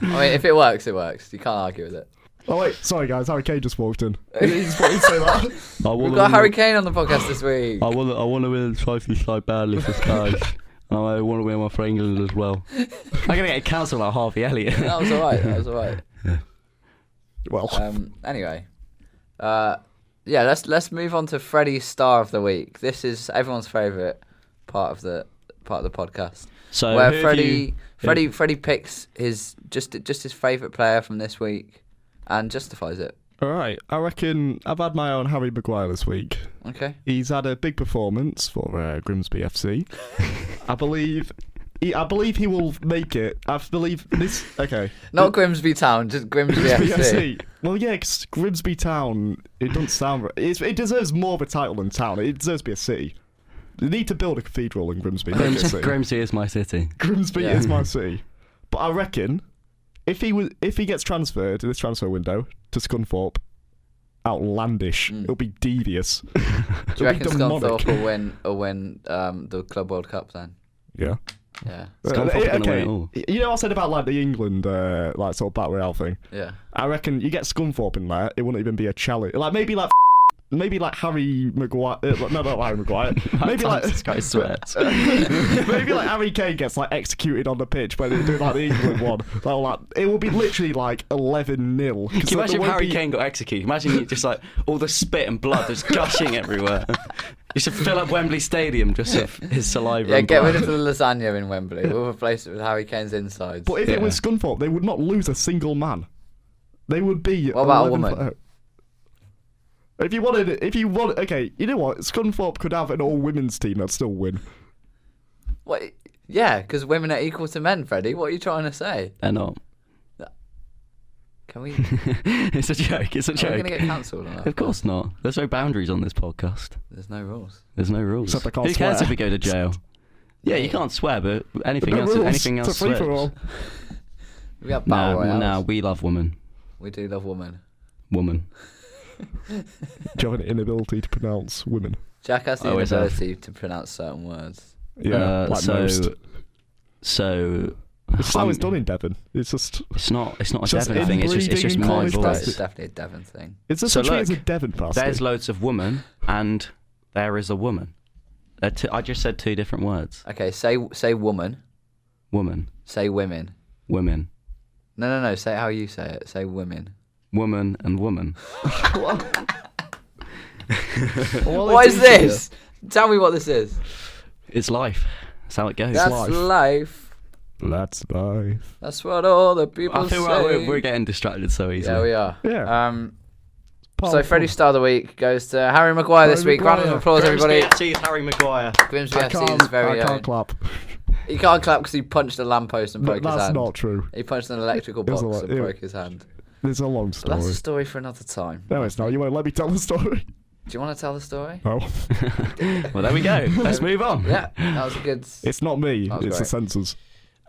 mean, if it works, it works. You can't argue with it. Oh wait, sorry guys, Harry Kane just walked in. He- He's what he'd say that. We've got Harry Kane on the podcast this week. Oh. I want, I want to win the trophy so badly for Spurs. and I want to win one for England as well. I'm going to get cancelled like Harvey Elliott. That was alright. That was alright. Well, Um, anyway, uh, yeah, let's let's move on to Freddie's star of the week. This is everyone's favorite part of the part of the podcast, So where Uh, who have Freddie you- Freddie Freddie picks his just just his favorite player from this week and justifies it. all right. I reckon I've had my own Harry Maguire this week. Okay. He's had a big performance for uh, Grimsby FC. I believe. He, I believe he will make it. I believe this. Okay. Not Grimsby Town, just Grimsby FC. FC. Well, yeah, 'cause Grimsby Town. It doesn't sound. ri- It's, it deserves more of a title than town. It deserves to be a city. They need to build a cathedral in Grimsby. make it a Grimsby, city. Grimsby is my city. Grimsby Yeah. is my city. But I reckon if he was if he gets transferred in this transfer window to Scunthorpe, outlandish. Mm. It'll be devious. Do you It'll be reckon Scunthorpe demonic. will win will win um, the Club World Cup then? Yeah. Yeah. Scunthorpe Uh, are gonna win okay. it all. You know what I said about like the England uh, like sort of battle royale thing. Yeah. I reckon you get Scunthorpe in there, it wouldn't even be a challenge. Like maybe like maybe like Harry Maguire. Uh, no, not Harry Maguire. maybe like this guy sweats. maybe like Harry Kane gets like executed on the pitch when they do like the England one. They'll, like, it will be literally like eleven 0 Can you imagine if Harry Kane got executed? Imagine you just like all the spit and blood just gushing everywhere. You should fill up Wembley Stadium just with his saliva. Yeah, and get blood. rid of the lasagna in Wembley. We'll replace it with Harry Kane's insides. But if it Yeah. was Scunthorpe, they would not lose a single man. They would be. What about a 11 woman? for- If you wanted, if you want, okay, you know what? Scunthorpe could have an all-women's team that'd still win. What? Yeah, because women are equal to men, Freddie. What are you trying to say? They're not. Can we? Are It's a joke. It's a we joke. going to get cancelled on that? Of course not. There's no boundaries on this podcast. There's no rules. There's no rules. Except I can't Who cares swear. if we go to jail? Yeah, you can't swear, but anything No else, rules, anything it's else. a free for slips. all. We have Nah, battle well, royales. nah, we love women. We do love women. Woman. Do you have an inability to pronounce women? Jack has the Always have. inability to pronounce certain words. Yeah, Uh, like so, most. So. It's how it's I'm- done in Devon. It's just, It's not. It's not a Just Devon thing. It's just. It's just inbreeding in my college That's voice. classes. definitely a Devon thing. it's just So a thing as a look, Devon pastry. There's loads of woman, and there is a woman. They're two- I just said two different words. Okay, say say woman, Woman, say women. women, No, no, no. Say it how you say it. Say women. woman, and woman. All What it is is here- this? Tell me what this is. It's life. That's how it goes. That's life. life. That's life. That's what all the people I feel say. like we're, we're getting distracted so easily. yeah, we are. Yeah. Um, Part so of Freddie fun. Star of the Week goes to Harry Maguire this Harry week. Round of Maguire. applause, everybody. Cheers, Harry Maguire. Grimsby I FC is can't, very I own. can't clap. He can't clap because he punched a lamppost and No, broke his that's hand. not true. He punched an electrical It box was a lot- and it- broke his hand. There's a long But story. that's a story for another time. No, it's not. You won't let me tell the story. Do you want to tell the story? No. Well, there we go. Let's move on. Yeah, that was a good. s- It's not me. That It's was the great. censors.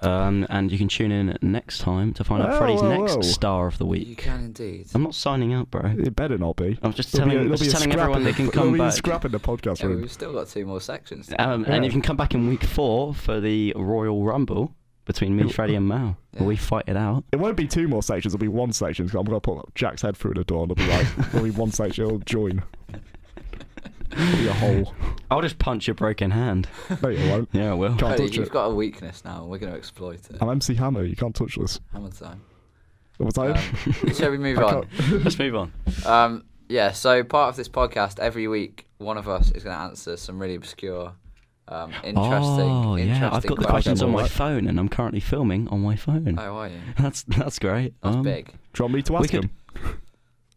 Um, and you can tune in next time to find out Whoa, Freddie's whoa, next whoa. star of the You week. can indeed. I'm not signing out, bro. It better not be. I'm just There'll telling, be a- I'm there'll be just a telling scrap everyone in they the- can there'll come be a back. scrap in the podcast Yeah, room. we've still got two more sections. to do. Um, Yeah. And you can come back in week four for the Royal Rumble between me, Freddie, and Mal. Yeah. We fight it out. It won't be two more sections. It'll be one section. 'cause I'm gonna put Jack's head through the door, and it'll be like there'll be one section. It'll join. It'll be a hole. I'll just punch your broken hand. No, you won't. Yeah, I will. Can't Cody, touch you've it. got a weakness now, and we're going to exploit it. I'm MC Hammer. You can't touch this. Hammer time. Was that it? Um, shall we move Oh. I on? can't- Let's move on. Um, yeah, so part of this podcast, every week, one of us is going to answer some really obscure, um, interesting, oh, interesting yeah. I've got the questions on my Alright. phone, and I'm currently filming on my phone. Oh, are you? That's that's great. That's Um, big. Do you want me to We ask could- him?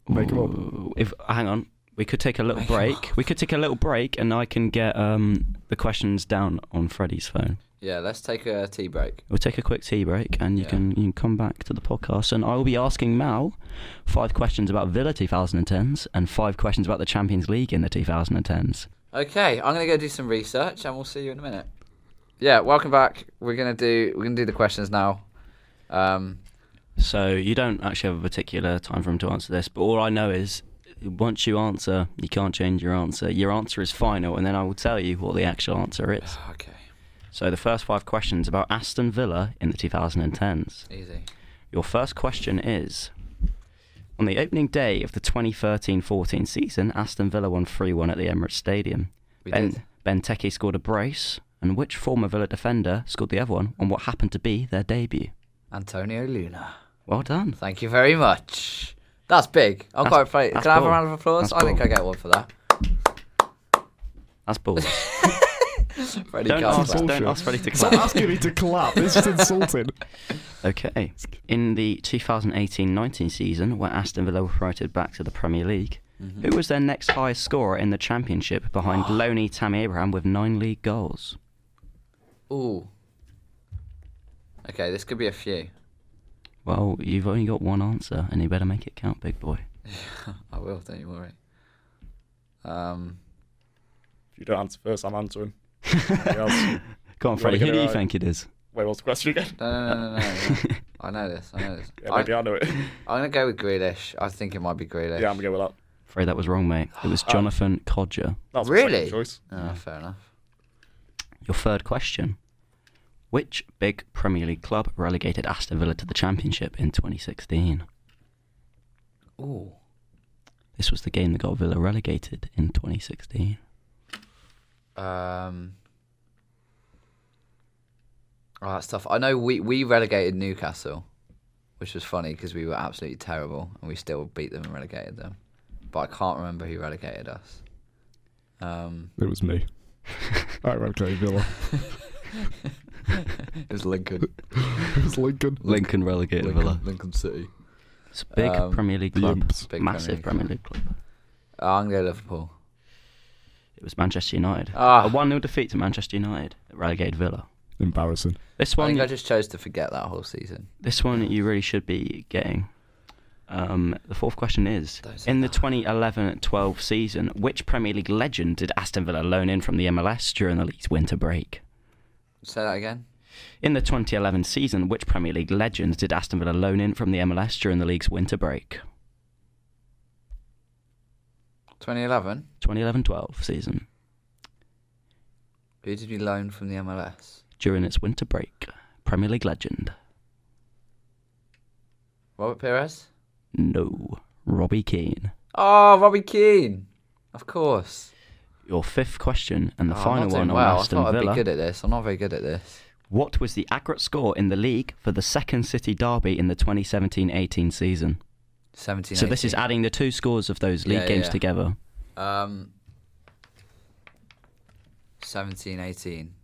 Make 'em up. Ooh, If hang on, we could take a little Make 'em break. We could take a little break, and I can get um, the questions down on Freddie's phone. Yeah, let's take a tea break. We'll take a quick tea break, and you Yeah. can you can come back to the podcast, and I will be asking Mal five questions about Villa 2010s and five questions about the Champions League in the 2010s. Okay, I'm gonna go do some research, and we'll see you in a minute. Yeah, welcome back. We're gonna do we're gonna do the questions now. Um, So you don't actually have a particular time for him to answer this, but all I know is once you answer, you can't change your answer. Your answer is final, and then I will tell you what the actual answer is. okay, So the first five questions about Aston Villa in the 2010s. easy. Your first question is On the opening day of the 2013 14 season, Aston Villa won 3 1 at the Emirates Stadium. We did. ben, Benteke scored a brace, and which former Villa defender scored the other one on what happened to be their debut? Antonio Luna. Well done. Thank you very much. That's big. I'm That's- quite afraid. Can that's I have a ball. round of applause? That's I think ball. I get one for that. That's balls. Freddie don't, can't ask, clap. bullshit. don't ask Freddie to Stop clap. asking me to clap. This is insulting. Okay. In the 2018 19 season, where Aston Villa were promoted back to the Premier League, Mm-hmm. who was their next highest scorer in the Championship Ah. behind Loney Tammy Abraham with nine league goals? Ooh. Okay, this could be a few. Well, you've only got one answer, and you better make it count, big boy. I will. Don't you worry. Um, If you don't answer first, I'm answering. Somebody else. Go on, wanna Freddie. get Who it do you right? think it is? Wait, what's the question again? no, no, no, no, no. no. I know this. I know this. Yeah, I, maybe I know it. I'm gonna go with Grealish. I think it might be Grealish. Yeah, I'm gonna go with that. Freddie, that was wrong, mate. It was Jonathan Codger. That's my second Really? choice. Ah, fair enough. Your third question. Which big Premier League club relegated Aston Villa to the Championship in 2016? Ooh. This was the game that got Villa relegated in 2016. Um. Oh, that's tough. I know we we relegated Newcastle, which was funny because we were absolutely terrible and we still beat them and relegated them. But I can't remember who relegated us. Um, It was me. I ran Clay Villa. it was Lincoln. It was Lincoln. Lincoln relegated Lincoln City. It's a big Um, Premier League the club. Imps. Big Massive Premier League club. I'm going to Liverpool. It was Manchester United. Ah. A 1 0 defeat to Manchester United that relegated Villa. Embarrassing. This I one, think I just chose to forget that whole season. This one you really should be getting. Um, the fourth question is Don't say In the that. 2011 12 season, which Premier League legend did Aston Villa loan in from the MLS during the league's winter break? Say that again. In the 2011 season, which Premier League legend did Aston Villa loan in from the MLS during the league's winter break? 2011. 2011 12 season, Who did we loan from the MLS? during its winter break. Premier League legend? Robert Perez. No. Robbie Keane. Oh, Robbie Keane. Of course. Your fifth question and the Oh, I'm final not doing one well. on Aston I thought Villa. I'd be good at this. I'm not very good at this. What was the aggregate score in the league for the second City derby in the 2017-18 season? 17. So this is 18. adding the two scores of those league Yeah, games yeah. together. um 17 18.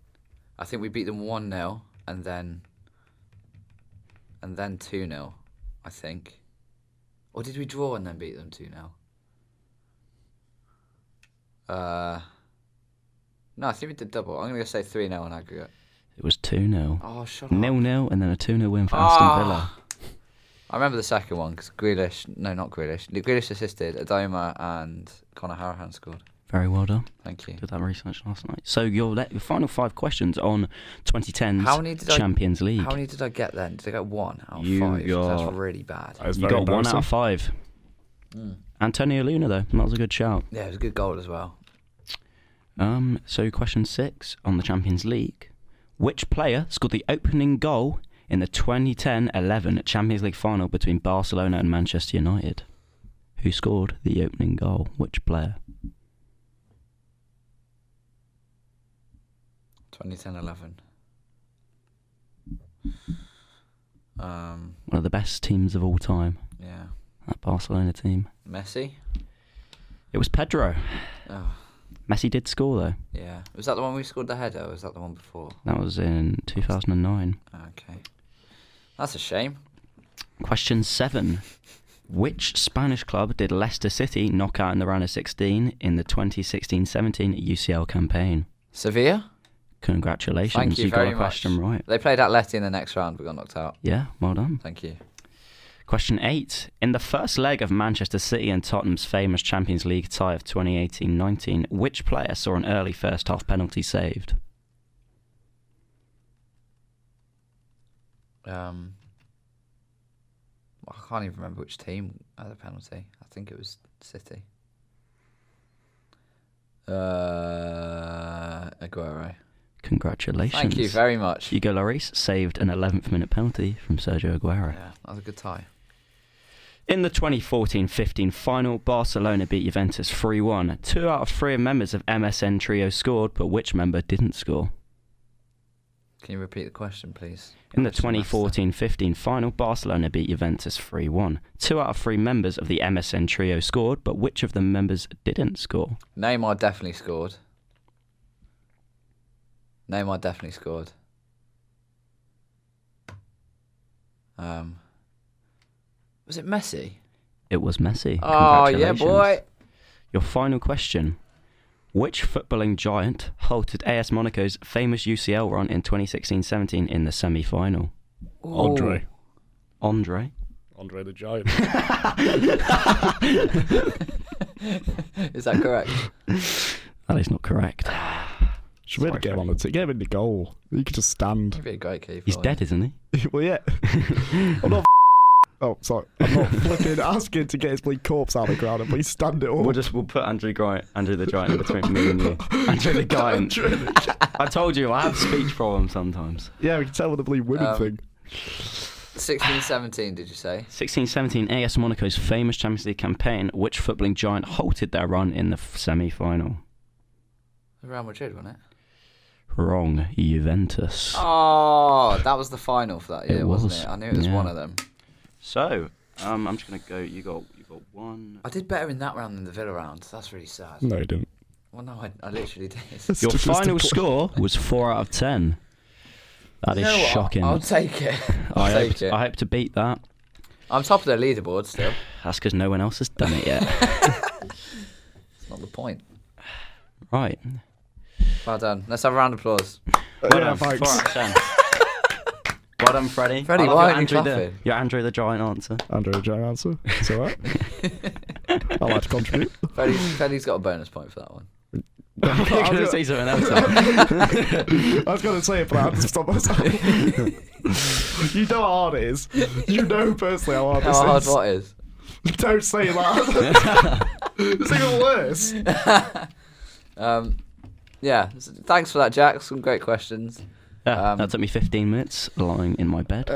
I think we beat them 1 0 and then and then 2 0, I think. Or did we draw and then beat them 2 0? Uh, no, I think we did double. I'm going to say 3 0 on aggregate. It was 2 0. Oh, shut up. Nil nil, and then a 2 0 win for Aston Villa. Ah! I remember the second one because Grealish, no, not Grealish. Grealish assisted, Adoma and Connor Harahan scored. Very well done. Thank you. Did that research last night. So your le- your final five questions on 2010's How many did I- Champions League. How many did I get then? Did I get one out of You five? 'Cause got- That's really bad. Mm. That is you very got one out embarrassing. of five. Antonio Luna though, that was a good shout. Yeah, it was a good goal as well. Um, so question six on the Champions League: Which player scored the opening goal in the 2010-11 Champions League final between Barcelona and Manchester United? Who scored the opening goal? Which player? 2010 11. Um, One of the best teams of all time, yeah. that Barcelona team. Messi? It was Pedro. Oh, Messi did score though. yeah. Was that the one we scored the header or was that the one before? That was in 2009. Okay. That's a shame. Question seven. Which Spanish club did Leicester City knock out in the round of 16 in the 2016-17 UCL campaign? Sevilla? Congratulations, Thank you, got very a question much. right. They played Atleti in the next round but got knocked out. Yeah, well done. Thank you. Question eight. In the first leg of Manchester City and Tottenham's famous Champions League tie of 2018-19, which player saw an early first half penalty saved? Um, I can't even remember which team had a penalty. I think it was City. Uh, Aguero. Congratulations. Thank you very much. Hugo Lloris saved an 11th minute penalty from Sergio Aguero. Yeah, that was a good tie. In the 2014-15 final, Barcelona beat Juventus 3-1. Two out of three members of MSN trio scored, but which member didn't score? Can you repeat the question, please? In the Question master. 2014-15 final, Barcelona beat Juventus 3-1. Two out of three members of the MSN trio scored, but which of the members didn't score? Neymar definitely scored. Neymar definitely scored. Um, was it Messi? It was Messi. Oh yeah, Congratulations. boy. Your final question. Which footballing giant halted AS Monaco's famous UCL run in 2016-17 in the semi-final? Andre. Andre? Andre the Giant. Is that correct? That is not correct. Should we get him on the team? Get him in the goal. He could just stand. He'd be a great keeper. He's dead, isn't he? well, yeah. I'm not. oh, sorry. I'm not flipping asking to get his bleak corpse out of the ground and please stand it We'll up. just we'll put Andrew Giant, Andrew the Giant in between me and you. Andrew the Giant. I told you I have speech problems sometimes. Yeah, we can tell with the bleak women Um, thing. 16, 17, did you say? 1617 AS Monaco's famous Champions League campaign, which footballing giant halted their run in the semi final? Real Madrid, wasn't it? Wrong, Juventus. Oh, that was the final for that year, It wasn't was, it? I knew it was yeah. one of them. So, um, I'm just gonna go. You got you got one. I did better in that round than the Villa round. That's really sad. Mm. No, he didn't. Well, no, I, I literally did. Your final Statistical- score was four out of ten. That You is know what? shocking. I'll take it. I'll I take hope, it. I hope to beat that. I'm top of the leaderboard still. That's because no one else has done it yet. That's not the point. right. Well done. Let's have a round of applause. Well yeah, done, thanks. four out of ten. Well done, Freddie. Freddie, I love why your aren't you Andrew clapping? The, your Andrew the Giant answer. Andrew the Giant answer. It's all right. I like to contribute. Freddie's, Freddie's got a bonus point for that one. I'm gonna say something else. I was going to say it, but I had to stop myself. you know how hard it is. You know personally how hard How this hard is. what is? Don't say that. it's even worse. Um, yeah. s- Thanks for that, Jack. Some great questions. Yeah, Um, that took me 15 minutes lying in my bed.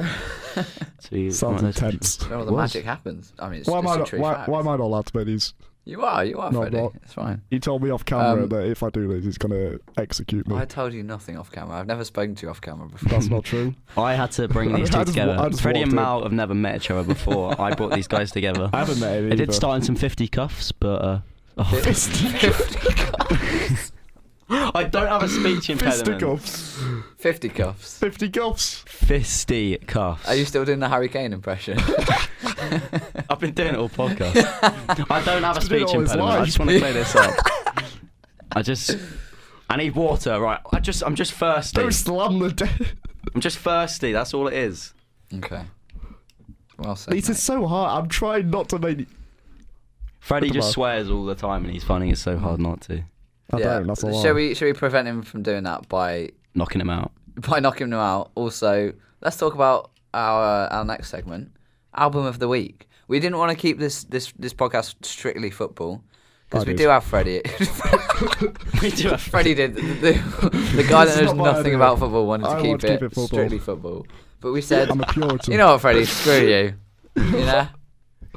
to Sounds intense. Where all the Was. magic happens. I mean, it's, Why am, it's I a not, true why, fact. why am I not allowed to make these? You are. You are, No, I'm Freddie. not. It's fine. He told me off camera Um, that if I do this, he's going to execute me. I told you nothing off camera. I've never spoken to you off camera before. That's not true. I had to bring I these just two wa- I together. just Freddie and walked in. Mal have never met each other before. I brought these guys together. I haven't met him It either. did start in some 50 cuffs, but. Uh, oh, Fifty cuffs. I don't have a speech impediment. Fisticuffs. 50 cuffs. 50 cuffs. Fisty cuffs. Are you still doing the Harry Kane impression? I've been doing it all podcast. I don't have a He's been speech all his impediment. I life. just want to clear this up. I just, I need water. Right. I just, I'm just thirsty. Don't slam the dead. I'm just thirsty. That's all it is. okay. Well said. It is so hard. I'm trying not to make. Freddie Put the just bar. swears all the time, and he's finding it so hard not to I mate. don't. That's a lot. Should we should we prevent him from doing that by knocking him out. by knocking them out. Also, let's talk about our our next segment, album of the week. We didn't want to keep this this this podcast strictly football because I we did. do have Freddie. We do have Freddie did the, the- the guy It's that knows not my nothing idea. about football wanted I to keep, want to it, keep it football. strictly football, but we said, I'm a Puritan. you know what, Freddie, screw you. You know,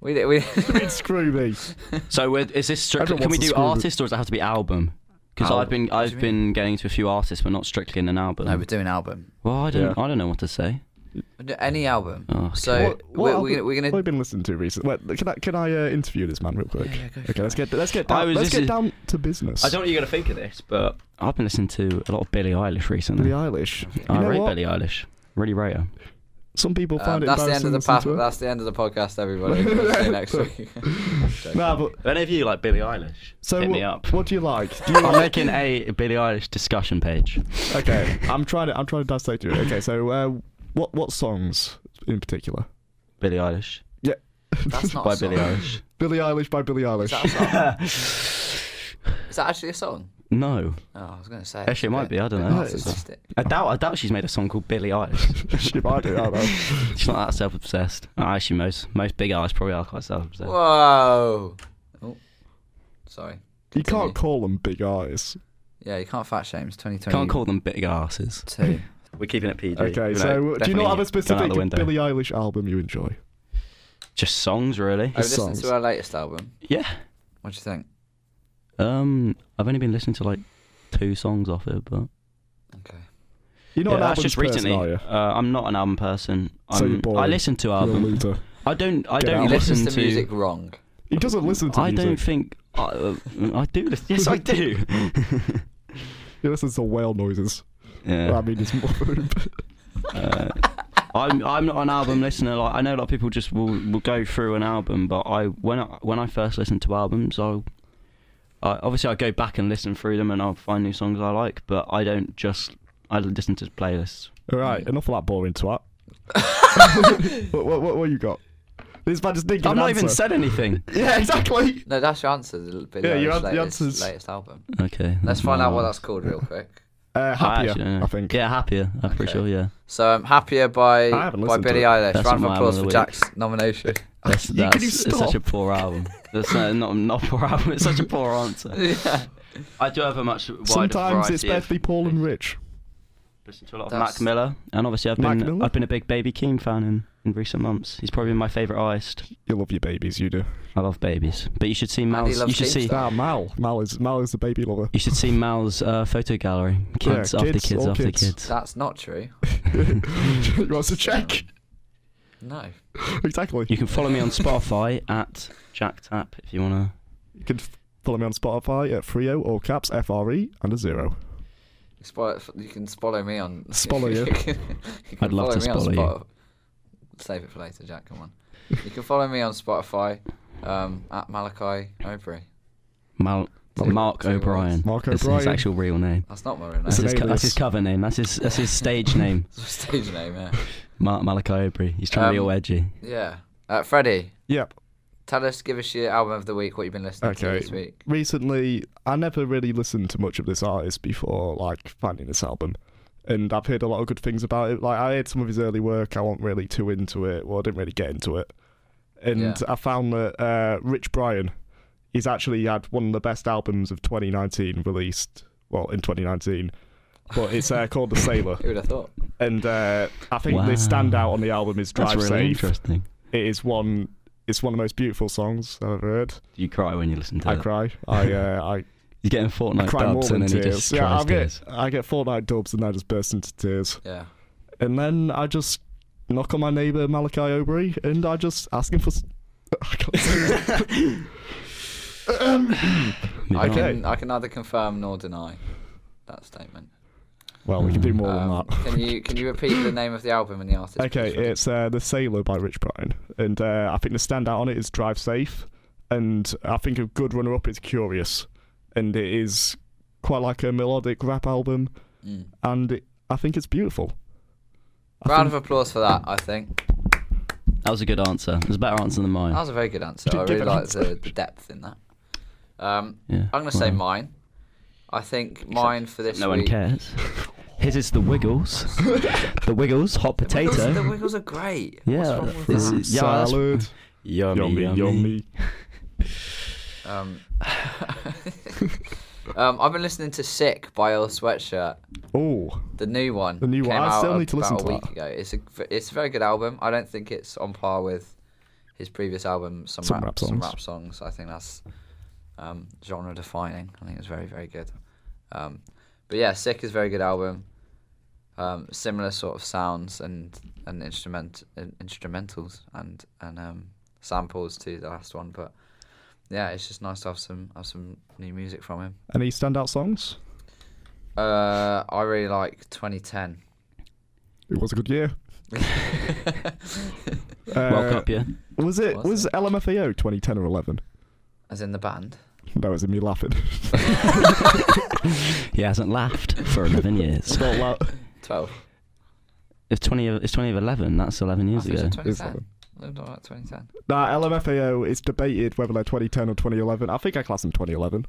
we did, we You'd screw me. So we're, is this strictly? Everyone Can we wants to do screw with- artist or does it have to be album? Because I've Album. been I've you been getting to a few artists, but not strictly in an album. no, we're doing album, well, I don't Yeah. I don't know what to say. any album. Oh, okay. So What- what we're, album- we're, gonna, we're What have gonna you been listening to recently? Wait, can I can I uh, interview this man real quick? yeah, go for okay, let's get let's get I down, was let's listening- get down to business. know what you're gonna think of this, but I've been listening to a lot of Billie Eilish recently. Billie Eilish. You I know rate what? Billie Eilish. Really rate her. Some people Um, find it that's the end embarrassing of the listening pa- to it. that's the end of the podcast, everybody. We'll see you next week. Nah, but If any of you like Billie Eilish, so hit what, me up. what do you like? Do you I'm like? making a Billie Eilish discussion page. okay, I'm trying to I'm trying to dissect you. Okay, so uh, what what songs in particular? Billie Eilish Yeah, That's not by a song. Billie Eilish. Billie Eilish by Billie Eilish. Is that, a song? Is that actually a song? No, Oh, I was going to say. Actually, it might be, I don't know. It's- Narcissistic. I doubt I doubt she's made a song called Billie Eilish. she might do. I don't know. She's not that self obsessed. Actually, most most big artists probably are quite self obsessed. Whoa. Oh, sorry. You Continue. can't call them big artists. Yeah, you can't fat shame. It's 2022. Can't call them big asses. We're keeping it PG. Okay, You know, so do definitely you not have gone a out specific the window. Billie Eilish album you enjoy? Just songs, really? Have you listened songs. to our latest album? Yeah. What do you think? Um, I've only been listening to like two songs off it, but Okay. You're not yeah, an that's album just person, recently. are you? Uh, I'm not an album person. So I'm- you're boring. I listen to You're Um, a albums. loser. I don't. I Get don't out. He listen listens to music wrong. He doesn't listen to I music. don't think. I, uh, I do listen. Yes, I do. He listens to whale noises. yeah. I mean, it's more. Uh, I'm I'm not an album listener. Like I know a lot of people just will, will go through an album, but I when I when I first listen to albums, I, I obviously I go back and listen through them, and I'll find new songs I like. But I don't just I listen to playlists. All right, Hmm. enough of that boring twat. what, what, what, what you got? This man just didn't give I've an not even answer. said anything. Yeah, exactly. No, that's your answer. the Billie Yeah, Eilish's you had the latest, answers. latest album. Okay, Let's find out what that's called real quick. Uh, happier, actually don't I, know. think. Ah, Yeah, happier. I'm pretty Okay. sure. Yeah, So I'm happier by I haven't by listened to Billie it. Eilish. That's Round not of my applause album for of the week. Jack's nomination. that's, You- that's can you it's such a stop? poor album. That's uh, not not a poor album. It's such a poor answer. yeah. I do have a much wider Sometimes variety it's of- better to be Paul and Rich. Listen to a lot of That's- Mac Miller, and obviously I've Mac been Miller? I've been a big Baby Keem fan in, in recent months. He's probably my favourite artist. You love your babies, you do. I love babies, but you should see he Mal's. loves You should Keem see stuff. Ah, Mal. Mal is Mal is the baby lover. you should see Mal's uh, photo gallery. Yeah, Kids after kids, kids, all after kids. kids. That's not true. he wants to check. No. Exactly. You can follow me on Spotify at Jack Tap if you wanna. You can f- follow me on Spotify at Frio, all caps, F R E, and a zero. Spoil- you can follow me on. Spollo you. can- you can I'd love follow to me on spollo you. Spot- Save it for later, Jack. Come on. You can follow me on Spotify um, at Malachi Obrey. Mal, Two- Mark two O'Brien. words. Mark That's his O'Brien. actual real name. That's not my real name. It's That's an his, co- that's alias. his cover name. That's his that's his stage name. It's a stage name. Yeah. Mark Malachi O'Brien. He's trying to be Um, all edgy. yeah. Uh, Freddie, Yep. tell us, give us your album of the week. What you've been listening to Okay. this week? Recently, I never really listened to much of this artist before, like finding this album, and I've heard a lot of good things about it. Like I heard some of his early work. I wasn't really too into it. Well, I didn't really get into it, and Yeah. I found that uh, Rich Brian, he's actually had one of the best albums of 2019 released. Well, in 2019. But it's uh, called The Sailor, Who would have thought? and uh, I think the Wow. standout on the album is That's Drive really Safe. interesting. It is one. It's one of the most beautiful songs I've ever heard. You cry when you listen to I it. cry. I uh, I You're getting Fortnite cry more dubs, than and then he tears. just Yeah, cries I get tears. I get Fortnite dubs and I just burst into tears. Yeah. And then I just knock on my neighbour Malachi Obrey and I just ask him for. s- I can't say it. Um, I Okay. can I can neither confirm nor deny that statement. Well, we can do more Um, than that. can you can you repeat the name of the album and the artist? Okay, please, Rob? it's uh, The Sailor by Rich Brian. And uh, I think the standout on it is Drive Safe. And I think a good runner up is Curious. And it is quite like a melodic rap album. Mm. And it, I think it's beautiful. I Round of think- applause for that. I think That was a good answer. It was a better answer than mine. that was a very good answer. Did I give really an like answer. the, the depth in that. Um, yeah. I'm gonna say Well, mine. I think mine for this No one week. cares. His is the Wiggles. the Wiggles, hot The Wiggles- potato. The Wiggles are great. What's Yeah, wrong with this that? is- yeah, that's- Salad. Yummy, Yummy, yummy. Um, um, I've been listening to "Sick" by Earl Sweatshirt, Oh, the new one. The new one. came I still out need to about listen a to week that. ago. It's a it's a very good album. I don't think it's on par with his previous album, some, Some rap, rap some songs. rap songs. I think that's um, genre defining. I think it's very very good. Um, but yeah, "Sick" is a very good album. Um, similar sort of sounds and and instrument and instrumentals and and um, samples to the last one, but yeah, it's just nice to have some have some new music from him. any standout songs? Uh, I really like 2010. It was a good year. Uh, World Cup, yeah. Was it Was was, it? LMFAO 2010 or 11? As in the band. No, it's me laughing. He hasn't laughed for 11 years. It's not loud. 12. It's 20 of, it's 20 of 11. That's 11 years I think ago. it's It's 2010. Lived on that 2010. Nah, LMFAO is debated whether they're 2010 or 2011. I think I class them 2011.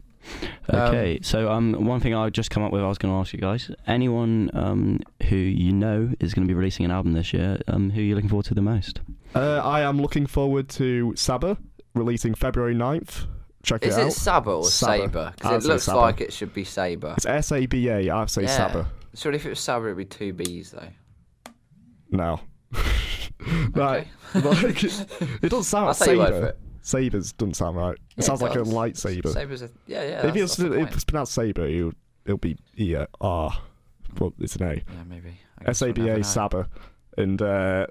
Um, Okay, so um, one thing I've just come up with, I was going to ask you guys. Anyone um, who you know is going to be releasing an album this year, um, who are you looking forward to the most? Uh, I am looking forward to Saba releasing February 9th. Check Is it out. it Saber or Saber. Saber? I'd Because it say looks Saber. like it should be Saber. It's S A B A. I say Yeah. Saba. Surely if it was Saber, it'd be two B's though. No. right. Like, it doesn't sound I'll like take your word for Saber. it. Sabers doesn't sound right. Yeah, it sounds like a does. lightsaber. Saber's a. Yeah, yeah. if, that's- it's, that's the if point. it's pronounced Saber, it'll, it'll be E R. But it's an A. Yeah, maybe. I guess S we'll A never B A know. Oh, Saba. And uh,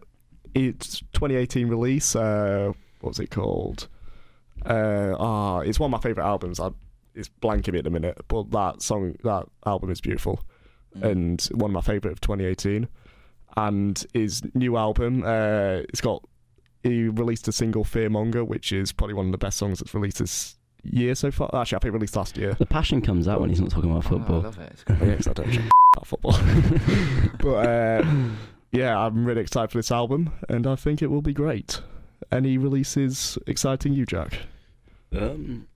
it's 2018 release. Uh, what's it called? Uh, ah, it's one of my favorite albums. I, it's blanking me at the minute, but that song, that album is beautiful, Hmm. and one of my favorite of 2018. And his new album, uh, it's got. He released a single, Fearmonger, which is probably one of the best songs that's released this year so far. Actually, I think released last year. The passion comes out when he's not talking about Oh, I football. love it. It's great. Yeah, 'cause I don't check about football. but uh, yeah, I'm really excited for this album, and I think it will be great. Any releases exciting you, Jack? Um,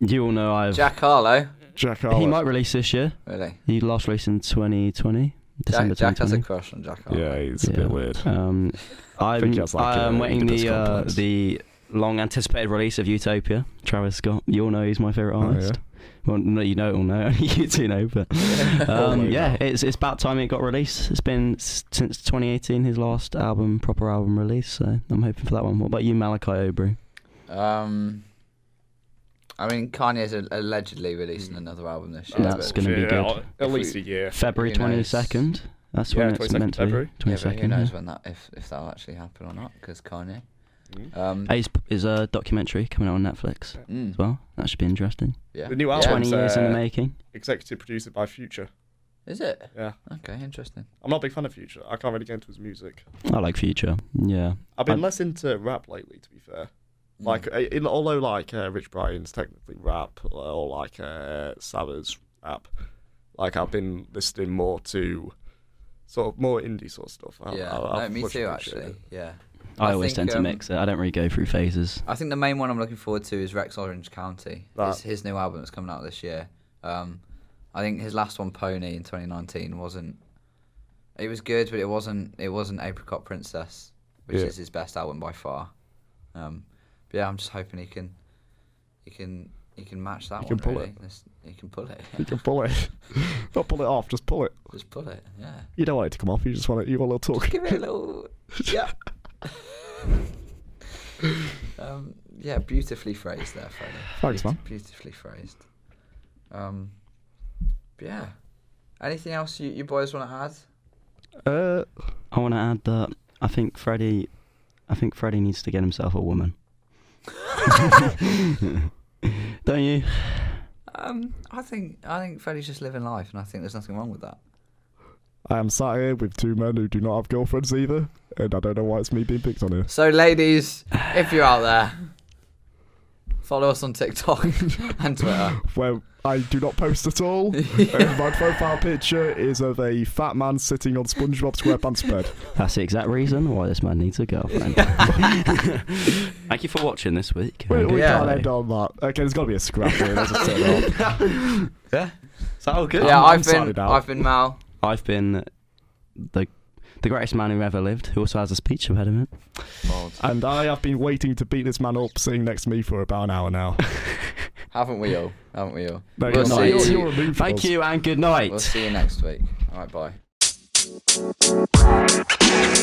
you all know I've. Jack Harlow. Jack he Harlow. might release this year. Really? He last released in 2020. December Jack, Jack has a 2020. crush on Jack Harlow. Yeah, he's a Yeah. bit weird. Um, I'm, think that's like I'm a waiting Oedipus the uh, complex. the long anticipated release of Utopia. Travis Scott. You all know he's my favorite Oh, yeah. artist. Well, no, you don't all know. you two know, but um, Always. yeah, it's it's about time it got released. It's been s- since 2018 his last album, proper album release. So I'm hoping for that one. What about you, Malachi Obru? Um, I mean, Kanye's a- allegedly releasing another album this year. And Hmm. Oh, that's but- gonna be good. at least a year. February Who knows? 22nd. That's Yeah, when it's 22nd meant to February. be. yeah, but 22nd. who knows yeah. when that if if that'll actually happen or not? Because Kanye. Mm-hmm. Um, Ace p- is a documentary coming out on Netflix mm, as well. That should be interesting. yeah. The new Yeah. album. 20 years in the uh, making. Executive produced by Future. Is it? Yeah. Okay, interesting. I'm not a big fan of Future. I can't really get into his music. I like Future. Yeah. I've been I- less into rap lately, to be fair. Mm. Like, uh, in, although like uh, Rich Brian's technically rap, or like uh, Sava's rap, like I've been listening more to sort of more indie sort of stuff. I, yeah. I, no, I've me much too. appreciated Actually. it. Yeah. I, I always think, tend to um, mix it. I don't really go through phases. I think the main one I'm looking forward to is Rex Orange County. That- His, his new album that's coming out this year. Um, I think his last one, Pony, in 2019, wasn't. It was good, but it wasn't. It wasn't Apricot Princess, which Yeah. is his best album by far. Um, but yeah, I'm just hoping he can, he can, he can match that He one. can pull really. it. This- he can pull it. You can pull it, not pull it off, just pull it. just pull it. Yeah. You don't want it to come off. You just want it. You want a little talk. Give it a little. Yeah. um, yeah, beautifully phrased there, Freddie. Thanks, man. Beautifully phrased. Um, but yeah. Anything else you, you boys want to add? Uh, I want to add that I think Freddie, I think Freddie needs to get himself a woman. Don't you? Um, I think I think Freddie's just living life, and I think there's nothing wrong with that. I am sat here with two men who do not have girlfriends either, and I don't know why it's me being picked on here. So, ladies, if you're out there, follow us on TikTok and Twitter. Where I do not post at all. and my profile picture is of a fat man sitting on SpongeBob SquarePants bed. That's the exact reason why this man needs a girlfriend. Thank you for watching this week. We, we Yeah. can't end on that. Okay, there's got to be a scrap here. Let's just turn it off. Yeah. Is that all good? Yeah, I'm- I've I'm sorted been out. I've been Mal. I've been the the greatest man who ever lived, who also has a speech impediment. And I have been waiting to beat this man up sitting next to me for about an hour now. Haven't we all? Haven't we all? No, We'll you're not. see. You're, you're removed from Thank us. you and good We'll night. see you next week. All right, bye.